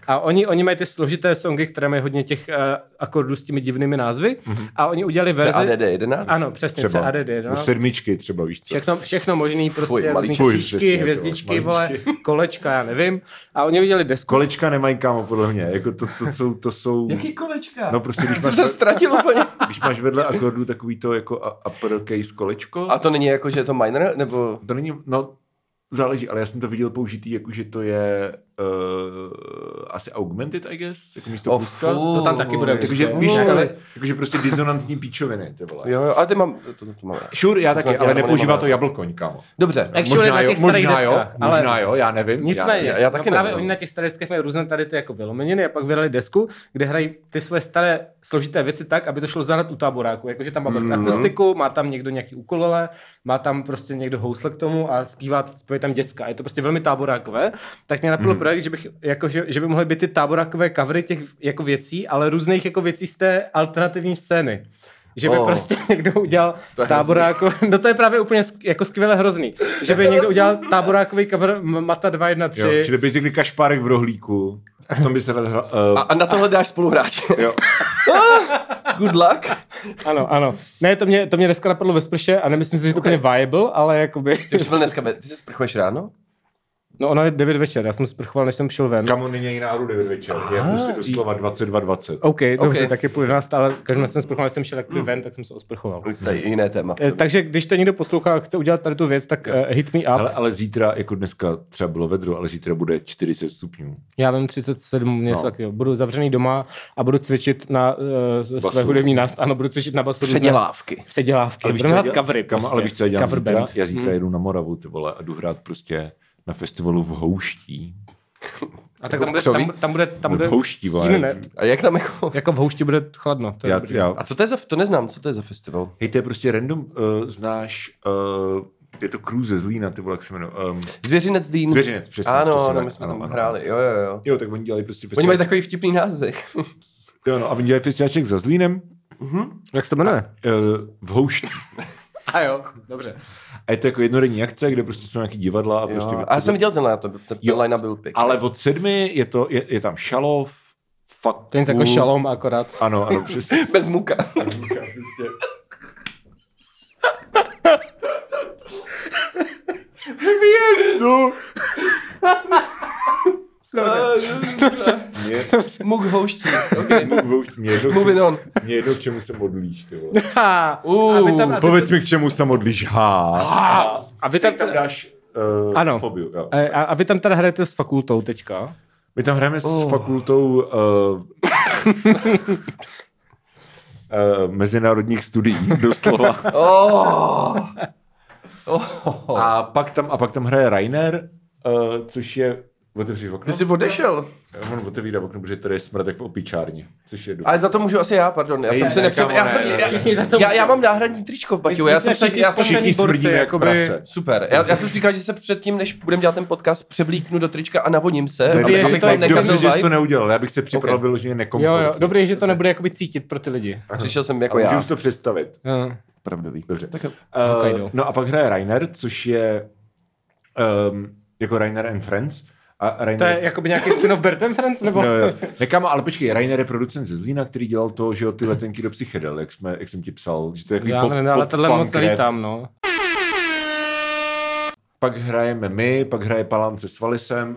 Speaker 4: A oni, oni mají ty složité songy, které mají hodně těch uh, akordů s těmi divnými názvy a oni udělali verzi...
Speaker 1: ADD 11.
Speaker 4: Ano, přesně,
Speaker 3: Třeba.
Speaker 4: CADD. No.
Speaker 3: U sedmičky třeba, víš co.
Speaker 4: Všechno, všechno možný, prostě
Speaker 1: Fuj,
Speaker 4: různý
Speaker 1: maličký.
Speaker 3: Fuj,
Speaker 4: křížky,
Speaker 3: přesně, jo,
Speaker 4: hvězdičky, vole,
Speaker 3: maličký.
Speaker 4: kolečka, já nevím. A oni viděli desku.
Speaker 3: Kolečka nemají kámo, podle mě. Jako to, to jsou, to jsou...
Speaker 1: Jaký kolečka?
Speaker 3: No prostě, když
Speaker 1: jsem
Speaker 3: máš,
Speaker 1: se ztratil úplně.
Speaker 3: když máš vedle akordu takový to jako a- uppercase kolečko.
Speaker 1: A to není jako, že je to minor, nebo...
Speaker 3: To není, no, záleží, ale já jsem to viděl použitý, jakože to je uh, asi augmented, I guess, jako místo
Speaker 1: Oh,
Speaker 3: pluska.
Speaker 1: fuj.
Speaker 4: To tam taky bude určitě.
Speaker 3: Jakože,
Speaker 4: Fuj.
Speaker 3: víš, No, ale, jakože prostě disonantní píčoviny, ty vole.
Speaker 1: Jo, jo, ale ty mám... To, to, to mám rád.
Speaker 3: Sure, já taky,
Speaker 1: Znám tě,
Speaker 3: ale
Speaker 1: já to
Speaker 3: nepoužívá
Speaker 1: nemám.
Speaker 3: to jablkoň, kámo.
Speaker 1: Dobře.
Speaker 4: Actually
Speaker 3: možná
Speaker 4: na
Speaker 3: jo,
Speaker 4: těch starých
Speaker 3: možná jo,
Speaker 4: deskách, ale-
Speaker 3: možná jo, já nevím.
Speaker 4: Nicméně,
Speaker 3: Já,
Speaker 1: já- já taky
Speaker 4: no právě
Speaker 1: nevím.
Speaker 4: oni na těch starých deskách mají různé tady ty jako vylomeniny a pak vydali desku, kde hrají ty svoje staré složité věci tak, aby to šlo zahrát u táboráku. Jakože tam má mm
Speaker 1: Mhm.
Speaker 4: akustiku, má tam někdo nějaký ukulele, má tam prostě někdo housle k tomu a zpívá, zpívají tam děcka. A Je to prostě velmi táborákové. Tak mě
Speaker 1: Mhm.
Speaker 4: napadlo projekt, že, bych, jako, že, že, by mohly být ty táborákové covery těch jako věcí, ale různých jako věcí z té alternativní scény. Že by
Speaker 1: Oh.
Speaker 4: oh. prostě někdo udělal
Speaker 1: To je
Speaker 4: táboráko, no to je právě úplně sk- jako skvěle hrozný, že by někdo udělal táborákový cover M- Mata 213.
Speaker 3: jo, čili basically kašpárek v rohlíku. A v tom byste rád hrál.
Speaker 1: A,
Speaker 3: Uh,
Speaker 1: a na tohle dáš spoluhráče.
Speaker 3: jo.
Speaker 1: Good luck.
Speaker 4: Ano, ano. Ne, to mě, to mě dneska napadlo ve sprše a nemyslím si, že to okay. úplně viable, ale jakoby,
Speaker 1: Ty už jsi byl dneska... ve- Ty se sprchuješ ráno?
Speaker 4: no ono je 9 večer, já jsem sprchoval, než jsem šel ven.
Speaker 3: Kamo není jiná hru 9 večer. Je prostě doslova 22.20.
Speaker 4: OK, dobře,
Speaker 1: OK.
Speaker 4: tak je půl 11, ale každým jsem sprchoval, než jsem šel jakoby ven, tak jsem se osprchoval.
Speaker 1: Už tady jiné téma.
Speaker 4: Eh, Takže když to někdo poslouchá a chce udělat tady tu věc, tak uh, hit me up.
Speaker 3: Ale, ale zítra, jako dneska třeba bylo vedro, ale zítra bude 40 stupňů.
Speaker 4: Já vím 37 něco no.
Speaker 3: No.
Speaker 4: takového. Budu zavřený doma a budu cvičit na uh, své
Speaker 3: Basu.
Speaker 4: hudební nástroj. Ano, budu cvičit na basu. různé-
Speaker 1: Předělávky.
Speaker 4: Předělávky. Budeme hrát covery.
Speaker 3: Kamo,
Speaker 4: prostě.
Speaker 3: ale víš, co já dělám
Speaker 4: Cover
Speaker 3: zítra?
Speaker 4: band. Hmm.
Speaker 3: Já zítra jedu na Moravu, ty vole, a jdu hrát prostě na festivalu v Houští.
Speaker 4: A tak
Speaker 1: Jako v
Speaker 4: tam bude,
Speaker 1: křoví?
Speaker 4: tam, tam bude, tam
Speaker 3: No,
Speaker 4: bude
Speaker 3: v houští, vole.
Speaker 4: stín, ne?
Speaker 1: A jak tam jako...
Speaker 4: Jako v houšti bude chladno. To je
Speaker 3: Já,
Speaker 4: dobrý.
Speaker 3: já,
Speaker 1: A co to je za... To neznám, co to je za festival?
Speaker 3: hej, to je prostě random, uh, znáš, uh, je to Crew ze Zlína, ty vole, jak se jmenuje. Um,
Speaker 1: Zvěřinec Dean.
Speaker 3: Zvěřinec, přesně,
Speaker 1: Ano,
Speaker 3: přesně
Speaker 1: ano,
Speaker 3: tak,
Speaker 1: my jsme
Speaker 3: ano,
Speaker 1: tam
Speaker 3: ano.
Speaker 1: hráli. Jo, jo, jo.
Speaker 3: jo, tak oni dělají prostě
Speaker 1: Oni
Speaker 3: festival.
Speaker 1: mají takový vtipný názvy.
Speaker 3: Jo, no, a oni dělají festivalček za Zlínem
Speaker 4: Jak se to jmenuje?
Speaker 3: uh, v Houští.
Speaker 4: A jo, dobře.
Speaker 3: A je to jako jednodenní akce, kde prostě jsou nějaký divadla a prostě...
Speaker 1: Jo. A já jsem viděl ten line-up, ten- ten
Speaker 3: Jo.
Speaker 1: line-up byl pěkný.
Speaker 3: Ale od sedmi je, to, je, je tam Šalov, Fakt.
Speaker 4: To je něco jako šalom akorát.
Speaker 3: Ano, ano, přesně.
Speaker 1: Bez muka.
Speaker 3: Hvězdu!
Speaker 1: Muk houští.
Speaker 3: Mě jednou,
Speaker 1: Moving on.
Speaker 3: mě jednou k čemu se modlíš, ty vole.
Speaker 4: Ha, a vy
Speaker 1: Uh,
Speaker 4: tam, a ty,
Speaker 3: Povedz mi, k čemu se modlíš, há.
Speaker 4: a vy tam,
Speaker 3: Tam
Speaker 4: teda,
Speaker 3: dáš uh,
Speaker 4: Ano. Eh.
Speaker 3: ano. fobiu. Jo.
Speaker 4: a, a vy tam teda hrajete s fakultou teďka.
Speaker 3: My tam hrajeme
Speaker 1: Oh.
Speaker 3: s fakultou uh, uh, mezinárodních studií, doslova.
Speaker 1: Oh. Oh.
Speaker 4: Oh.
Speaker 3: A pak tam, a pak tam hraje Rainer, uh, což je Otevřít okno?
Speaker 1: Ty jsi odešel.
Speaker 3: On otevírá okno, protože tady je smrt jak v opičárně, což je dobře.
Speaker 1: Ale za to můžu asi já, pardon. Já jsem si
Speaker 3: ne,
Speaker 1: nepřed...
Speaker 3: kámo,
Speaker 1: Já,
Speaker 3: ne,
Speaker 1: jsem,
Speaker 3: ne,
Speaker 1: já,
Speaker 4: všichni za to
Speaker 1: já, já
Speaker 4: můžeme.
Speaker 1: mám náhradní tričko v baťu. Já jsem, si, já jsem
Speaker 3: všichni smrdíme jak
Speaker 4: jako-
Speaker 3: prase.
Speaker 1: Super. Já, já jsem si říkal, že se předtím, než budeme dělat ten podcast, převlíknu do trička a navoním se,
Speaker 3: Ne,
Speaker 1: aby
Speaker 3: dobře,
Speaker 4: je,
Speaker 1: abych
Speaker 4: že
Speaker 1: to
Speaker 4: to je
Speaker 3: tak
Speaker 1: nekazil
Speaker 3: Dobře, že jsi to
Speaker 1: vibe.
Speaker 3: neudělal, já bych se připravil
Speaker 1: Ok.
Speaker 3: vyloženě
Speaker 4: Jo,
Speaker 3: nekomfortně.
Speaker 4: jo, dobrý, že to nebude jakoby cítit pro ty lidi.
Speaker 1: Přišel jsem jako
Speaker 3: Ale
Speaker 1: já.
Speaker 3: Můžu si to představit.
Speaker 4: Jo.
Speaker 1: Pravdový.
Speaker 3: Dobře.
Speaker 1: Tak jo.
Speaker 3: Uh,
Speaker 4: Hokkaido.
Speaker 3: no a pak hraje Rainer, což je um, jako Rainer and Friends. A Rainer,
Speaker 4: To je jako- jakoby nějaký spin of Bertem Friends, nebo?
Speaker 3: No, jo. Nekama, ale počkej, Rainer je producent ze Zlína, který dělal to, že jo, ty letenky do psychedel, jak, jsme, jak jsem ti psal. Že to je
Speaker 4: Já nevím, ale tohle moc nelítám, no.
Speaker 3: Pak hrajeme my, pak hraje Palan se Svalisem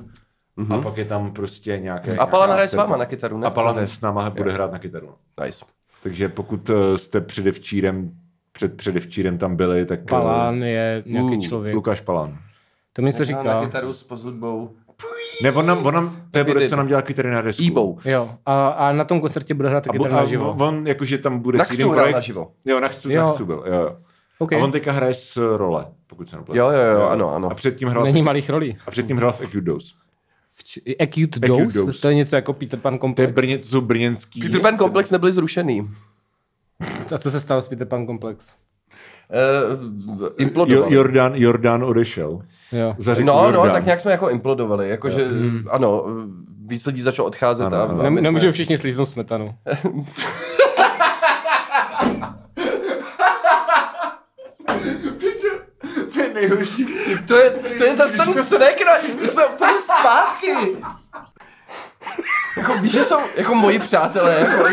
Speaker 3: mm-hmm. a pak je tam prostě nějaké...
Speaker 1: Mhm. A Palan
Speaker 3: nějaká
Speaker 1: hraje s
Speaker 3: afterpa.
Speaker 1: váma na kytaru, ne?
Speaker 3: A Palan s náma bude hrát na kytaru.
Speaker 1: Nice.
Speaker 3: Takže pokud eh, jste předevčírem, před předevčírem tam byli, tak... eh,
Speaker 4: Palán je
Speaker 3: Lu-
Speaker 4: nějaký člověk.
Speaker 3: Lukáš Palan.
Speaker 4: To mi co
Speaker 1: Na
Speaker 4: říká.
Speaker 1: kytaru s pozudbou.
Speaker 3: Ne, on nám, on nám to je
Speaker 1: Taky
Speaker 3: bude,
Speaker 1: ty-
Speaker 3: co nám dělá kytary na desku.
Speaker 1: Ebou.
Speaker 4: Jo, a, a na tom koncertě bude hrát
Speaker 3: A,
Speaker 4: taky
Speaker 3: bu,
Speaker 4: ten
Speaker 3: a
Speaker 4: naživo.
Speaker 3: on jakože tam bude
Speaker 1: Na
Speaker 3: s jiným
Speaker 1: křtu hrál
Speaker 3: projekt-
Speaker 1: naživo.
Speaker 3: Jo, na chtu,
Speaker 4: Jo.
Speaker 3: na chtu byl. Jo, jo.
Speaker 4: OK.
Speaker 3: A on teďka hraje s role, pokud se nepletu.
Speaker 1: Jo, jo, jo, ano, ano.
Speaker 3: A předtím hrál,
Speaker 4: Není
Speaker 3: v,
Speaker 4: malých rolí.
Speaker 3: a předtím hrál v Ecudos.
Speaker 4: Acute
Speaker 3: Acute
Speaker 4: dose?
Speaker 3: dose.
Speaker 4: To je něco jako Peter Pan
Speaker 3: To je
Speaker 4: komplex.
Speaker 3: Brně, to jsou brněnský.
Speaker 1: Peter Pan komplex nebyl zrušený.
Speaker 4: A co se stalo s Peter Pan komplex?
Speaker 1: Uh,
Speaker 3: Jo,
Speaker 1: implodovali.
Speaker 3: Jordán, Jordán odešel.
Speaker 4: Jo.
Speaker 3: Za řeku
Speaker 1: no, no,
Speaker 3: Jordán.
Speaker 1: tak nějak jsme jako implodovali. Jakože, ano, víc lidí začalo odcházet.
Speaker 3: Ano,
Speaker 1: a,
Speaker 3: ano.
Speaker 1: a
Speaker 4: Nem,
Speaker 1: my jsme-
Speaker 4: nemůžou všichni slíznout smetanu.
Speaker 3: To je nejhorší.
Speaker 1: To je, to je zase ten snek, na, my jsme úplně zpátky. Jako víš, že jsou jako moji přátelé. Jako,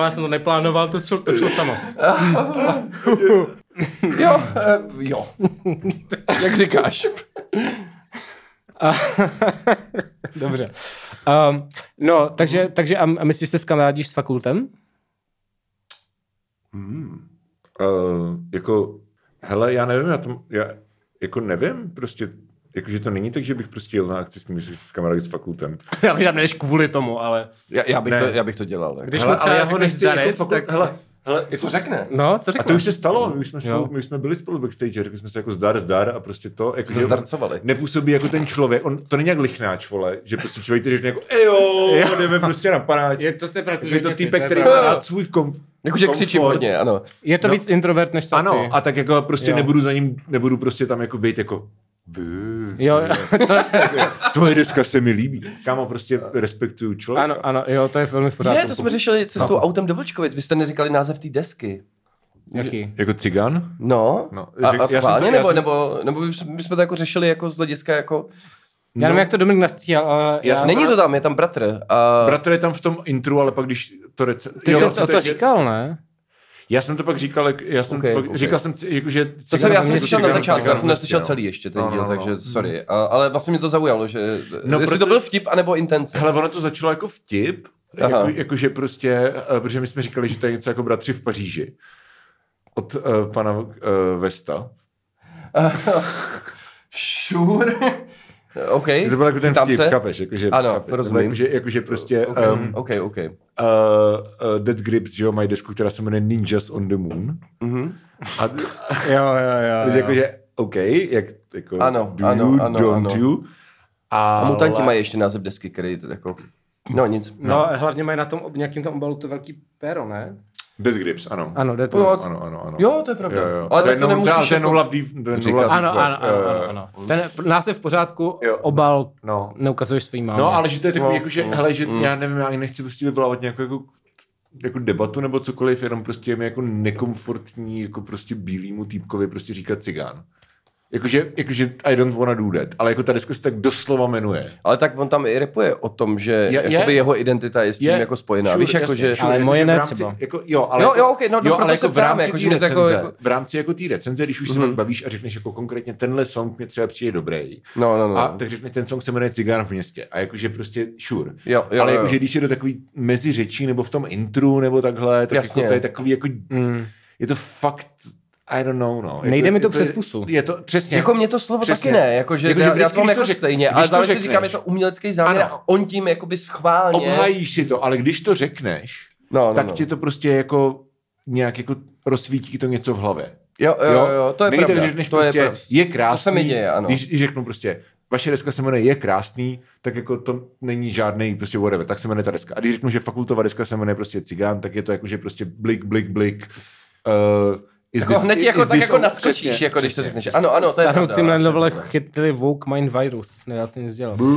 Speaker 4: A já jsem to neplánoval, to šlo, to šlo samo.
Speaker 1: jo, eh, jo. Jak říkáš.
Speaker 4: Dobře. Um, no, takže, takže a, a myslíš, že se s kamarádíš s fakultem?
Speaker 3: Uh, jako, hele, já nevím, já, to, já jako nevím, prostě, jakože to není tak, že bych prostě jel na akci s nimi s kamarády s fakultem.
Speaker 4: Já bych tam nejdeš kvůli tomu, ale...
Speaker 1: Já, já, bych,
Speaker 3: Ne.
Speaker 1: to, já bych to dělal. Jako.
Speaker 4: Když mu třeba řekneš darec, tak...
Speaker 3: jako hele, hele, jako,
Speaker 1: Co řekne?
Speaker 4: No, co
Speaker 3: A
Speaker 4: řekl?
Speaker 3: to už se stalo, my už jsme, spolu,
Speaker 4: Jo.
Speaker 3: my už jsme byli spolu v backstage, řekli jsme se jako zdar, zdar a prostě to, jako,
Speaker 1: Jste
Speaker 3: že
Speaker 1: zdarcovali.
Speaker 3: nepůsobí jako ten člověk, on, to není jak lichnáč, vole, že prostě člověk, který řekne jako, ejo, jdeme prostě na panáč.
Speaker 4: Je to, se pracuje,
Speaker 3: Takže je to týpek, který
Speaker 1: pravda.
Speaker 3: má rád svůj kom,
Speaker 1: Jakože křičím
Speaker 3: komfort.
Speaker 1: hodně, ano.
Speaker 4: Je to
Speaker 3: No.
Speaker 4: víc introvert než tak ty.
Speaker 3: Ano, a tak jako prostě
Speaker 4: Jo.
Speaker 3: nebudu za ním, nebudu prostě tam jako být jako "Bů,
Speaker 4: Jo, to,
Speaker 3: tvoje deska se mi líbí. Kámo, prostě respektuju člověka.
Speaker 4: ano, ano, jo, to je velmi v pořádku.
Speaker 1: Ne, to jsme řešili cestou autem do Vlčkovic. Vy jste neříkali název té desky.
Speaker 4: Jaký?
Speaker 3: Jako cigan?
Speaker 1: No,
Speaker 3: No,
Speaker 1: a,
Speaker 3: řek- já
Speaker 1: a
Speaker 3: jsem
Speaker 1: schválně,
Speaker 3: to- já
Speaker 1: nebo,
Speaker 3: jsem-
Speaker 1: nebo, nebo my jsme- my jsme to jako řešili jako z hlediska jako...
Speaker 3: No.
Speaker 4: Já nevím, jak to Dominik nastříhal, ale
Speaker 3: Já
Speaker 4: já...
Speaker 3: jsem-
Speaker 1: Není to tam, je tam bratr. A...
Speaker 3: Bratr je tam v tom intru, ale pak když to rece...
Speaker 4: Ty jsi
Speaker 3: vlastně
Speaker 4: to, to
Speaker 3: je-
Speaker 4: říkal, ne?
Speaker 3: Já jsem to pak říkal, jak- já jsem
Speaker 1: Okay,
Speaker 3: to pak,
Speaker 1: okay.
Speaker 3: říkal jsem, ci- jako, že...
Speaker 1: To
Speaker 3: cigan-
Speaker 1: jsem, já jsem
Speaker 4: Cigánem-
Speaker 1: slyšel na
Speaker 4: cigánem-
Speaker 1: začátku, já jsem
Speaker 3: cigánem
Speaker 1: neslyšel
Speaker 3: prostě, no.
Speaker 1: celý ještě ten
Speaker 3: No, no,
Speaker 1: díl,
Speaker 3: no.
Speaker 1: takže sorry. A, ale vlastně mě to zaujalo, že
Speaker 3: No,
Speaker 1: no, jestli
Speaker 3: proto-
Speaker 1: to byl vtip, anebo intence.
Speaker 3: Hele, ono to začalo jako vtip,
Speaker 1: Aha.
Speaker 3: jako, jakože prostě, eh, protože my jsme říkali, že to je něco jako bratři v Paříži od uh, pana uh, Vesta.
Speaker 1: Sure. OK,
Speaker 3: To byl jako ten
Speaker 1: chytám
Speaker 3: vtip,
Speaker 1: se.
Speaker 3: chápeš? Jakože,
Speaker 1: Ano,
Speaker 3: chápeš,
Speaker 1: rozumím.
Speaker 3: Nebo Jakože, jakože prostě
Speaker 1: OK,
Speaker 3: um,
Speaker 1: OK, OK.
Speaker 3: uh, Dead Grips, že jo, mají desku, která se jmenuje Ninjas on the Moon.
Speaker 1: Mhm.
Speaker 3: A,
Speaker 4: Jo, jo,
Speaker 3: a jakože, OK, jak, jako,
Speaker 1: Ano,
Speaker 3: do
Speaker 1: ano,
Speaker 3: you,
Speaker 1: ano,
Speaker 3: don't
Speaker 1: ano.
Speaker 3: you. A,
Speaker 1: A mutanti mají ještě název desky, který to jako... No nic.
Speaker 4: No, hlavně mají na tom ob- nějakým tam obalu to velký péro, ne?
Speaker 3: Dead Grips, ano.
Speaker 4: Ano, jde to.
Speaker 1: Jo,
Speaker 3: Ano, ano, ano.
Speaker 1: Jo, to je pravda.
Speaker 3: Jo, jo.
Speaker 1: Ale
Speaker 3: To je
Speaker 1: tak to
Speaker 3: no-
Speaker 1: nemusíš
Speaker 3: To je no
Speaker 1: jako...
Speaker 3: love div- to je no
Speaker 1: Říkat.
Speaker 3: love
Speaker 4: ano,
Speaker 3: div-
Speaker 4: ano, ano,
Speaker 3: eh,
Speaker 4: ano, ano. Ten název v pořádku,
Speaker 3: Jo.
Speaker 4: obal
Speaker 3: No.
Speaker 4: neukazuješ svým mámě.
Speaker 3: No, ale že to je takový,
Speaker 1: No,
Speaker 3: jako, že,
Speaker 1: no,
Speaker 3: hele, že já nevím, já ani nechci prostě vyvolávat nějakou jako, jako debatu nebo cokoliv, jenom prostě je mi jako nekomfortní jako prostě bílýmu týpkovi prostě říkat cigán. Jakože, jakože I don't wanna do that, ale jako ta deska se tak doslova jmenuje.
Speaker 1: Ale tak on tam i repuje o tom, že je,
Speaker 3: je.
Speaker 1: jakoby jeho identita je s tím
Speaker 3: Je.
Speaker 1: jako spojená.
Speaker 3: Sure,
Speaker 1: Víš, jako,
Speaker 3: jasně,
Speaker 1: že...
Speaker 3: sure,
Speaker 4: Ale
Speaker 3: jakože
Speaker 4: moje
Speaker 3: v
Speaker 4: ne
Speaker 3: rámci-
Speaker 4: třeba.
Speaker 3: Jako, jo, ale
Speaker 1: Jo,
Speaker 3: jako,
Speaker 1: jo, okay, no,
Speaker 3: jo,
Speaker 1: proto
Speaker 3: ale jako
Speaker 1: se
Speaker 3: v
Speaker 1: ptám,
Speaker 3: rámci
Speaker 1: jako,
Speaker 3: té
Speaker 1: že mi to
Speaker 3: recenze,
Speaker 1: jako- Mhm. jako-
Speaker 3: v rámci jako té recenze, když už se pak bavíš a řekneš jako konkrétně tenhle song mě třeba přijde dobrý,
Speaker 1: No, no, no.
Speaker 3: a tak řekne, ten song se jmenuje Cigán v městě. A jakože prostě sure.
Speaker 1: Jo, jo,
Speaker 3: Ale
Speaker 1: jo.
Speaker 3: jakože když je do takový mezi řečí nebo v tom intru nebo takhle, tak
Speaker 1: Jasně.
Speaker 3: jako to je takový jako,
Speaker 4: Mm.
Speaker 3: je to fakt, I don't know, no.
Speaker 4: Nejde
Speaker 3: jako,
Speaker 4: mi to
Speaker 3: je
Speaker 4: přes pusu.
Speaker 3: Je to, přesně.
Speaker 1: Jako mě to slovo
Speaker 3: Přesně.
Speaker 1: taky ne, jakože
Speaker 3: Jakože
Speaker 1: jako, já, já
Speaker 3: vždycky,
Speaker 1: to mám
Speaker 3: když to
Speaker 1: jako
Speaker 3: řek-
Speaker 1: stejně,
Speaker 3: když
Speaker 1: ale
Speaker 3: to
Speaker 1: zároveň si
Speaker 3: řekneš.
Speaker 1: říkám, je to umělecký záměr
Speaker 3: Ano.
Speaker 1: a on tím jakoby schválně...
Speaker 3: Obhájíš si to, ale když to řekneš,
Speaker 1: No, no,
Speaker 3: tak
Speaker 1: no.
Speaker 3: ti to prostě jako nějak jako rozsvítí to něco v hlavě.
Speaker 1: Jo, jo, jo, jo, to je
Speaker 3: Není
Speaker 1: pravda.
Speaker 3: tak, že řekneš
Speaker 1: to
Speaker 3: prostě,
Speaker 1: je,
Speaker 3: je,
Speaker 1: pravda.
Speaker 3: krásný,
Speaker 1: To se mi děje, ano.
Speaker 3: Když, když řeknu prostě, vaše deska se jmenuje Je krásný, tak jako to není žádný prostě whatever, tak se jmenuje ta deska. A když řeknu, že fakultová deska se jmenuje prostě Cigán, tak je to jako, že prostě blik, blik, blik. Uh, is
Speaker 1: Jako hned ti jako,
Speaker 3: is
Speaker 1: tak
Speaker 3: this-
Speaker 1: jako nadskočíš,
Speaker 3: přesně,
Speaker 1: jako když to
Speaker 3: přesně.
Speaker 1: řekneš. Ano, ano, to je
Speaker 4: Starnoucí
Speaker 1: pravda.
Speaker 4: mladovle chytili Vogue Mind Virus. Nedá se nic dělat.
Speaker 3: Bů.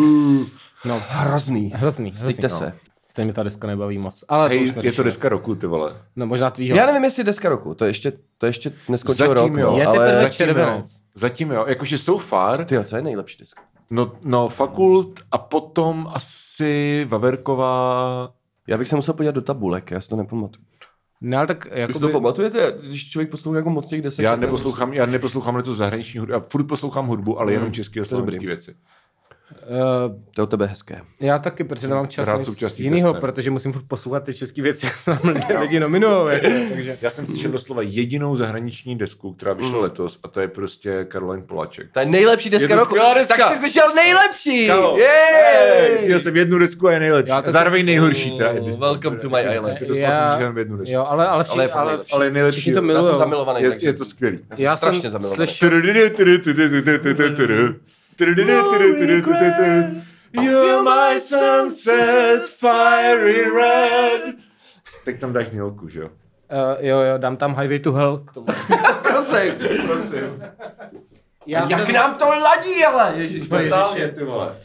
Speaker 4: No,
Speaker 1: Hrozný.
Speaker 4: hrozný, hrozný.
Speaker 1: Styďte
Speaker 4: no.
Speaker 1: se.
Speaker 4: Stejně mi ta deska nebaví moc. Ale to
Speaker 3: Hej,
Speaker 4: už
Speaker 3: je to
Speaker 4: neřešíme.
Speaker 3: deska roku, ty vole.
Speaker 4: No možná tvýho.
Speaker 1: Já nevím, jestli deska roku, to ještě, to ještě neskončil
Speaker 3: Zatím
Speaker 1: rok,
Speaker 3: jo.
Speaker 1: no,
Speaker 4: Je
Speaker 1: ale...
Speaker 4: teprve-
Speaker 3: Zatím jo.
Speaker 4: červenec.
Speaker 3: Zatím jo, jakože so far,
Speaker 1: Tyjo, co je nejlepší deska?
Speaker 3: no, no fakult a potom asi Vaverková
Speaker 1: Já bych se musel podívat do tabulek, já si to nepamatuju.
Speaker 4: Ne, ale tak jako
Speaker 1: Vy si to pamatujete, když člověk poslouchá jako moc těch deset?
Speaker 3: Já neposlouchám, já neposlouchám ale tu zahraniční hudbu, já furt poslouchám hudbu, ale jenom české a
Speaker 1: to je dobrý.
Speaker 3: slovenské věci.
Speaker 4: uh,
Speaker 1: To je od tebe hezké.
Speaker 4: já taky, protože nemám čas
Speaker 3: Rád
Speaker 4: na nic
Speaker 3: současný
Speaker 4: jinýho,
Speaker 3: desce.
Speaker 4: protože musím furt poslouchat ty české věci, jak nám lidi- lidi nominujou. jako, Takže
Speaker 3: Já jsem slyšel doslova jedinou zahraniční desku, která vyšla mm. letos a to je prostě Caroline Poláček.
Speaker 1: To je nejlepší deska
Speaker 3: Je to
Speaker 1: roku.
Speaker 3: skvělá deska.
Speaker 1: Tak jsi slyšel nejlepší.
Speaker 3: Kámo.
Speaker 1: Jej!
Speaker 3: Slyšel jsem jednu desku a je nejlepší.
Speaker 4: Já
Speaker 3: A
Speaker 4: taky-
Speaker 3: zároveň nejhorší. Teda, je
Speaker 1: Oh,
Speaker 3: desku.
Speaker 1: Welcome to my island.
Speaker 3: Prostě Dostal
Speaker 4: Já-
Speaker 3: jsem si jenom jednu desku.
Speaker 4: jo, ale, ale, všichni,
Speaker 1: Ale je
Speaker 4: ale,
Speaker 1: fakt
Speaker 4: ale,
Speaker 1: nejlepší.
Speaker 3: Ale je nejlepší.
Speaker 4: všichni to
Speaker 1: Já
Speaker 4: milují.
Speaker 1: jsem zamilovaný,
Speaker 3: Je,
Speaker 1: takže
Speaker 3: je to skvělý.
Speaker 4: Já jsem
Speaker 1: strašně zamilovaný.
Speaker 4: slyšel-
Speaker 3: You're my sunset, fiery red. Tak tam dáš znělku, že jo?
Speaker 4: Uh, jo, jo, dám tam Highway to Hell k tomu.
Speaker 1: Prosím.
Speaker 3: Prosím.
Speaker 4: Já
Speaker 1: Jak nám to ladí, ale ježiš, totálně.
Speaker 3: ty vole.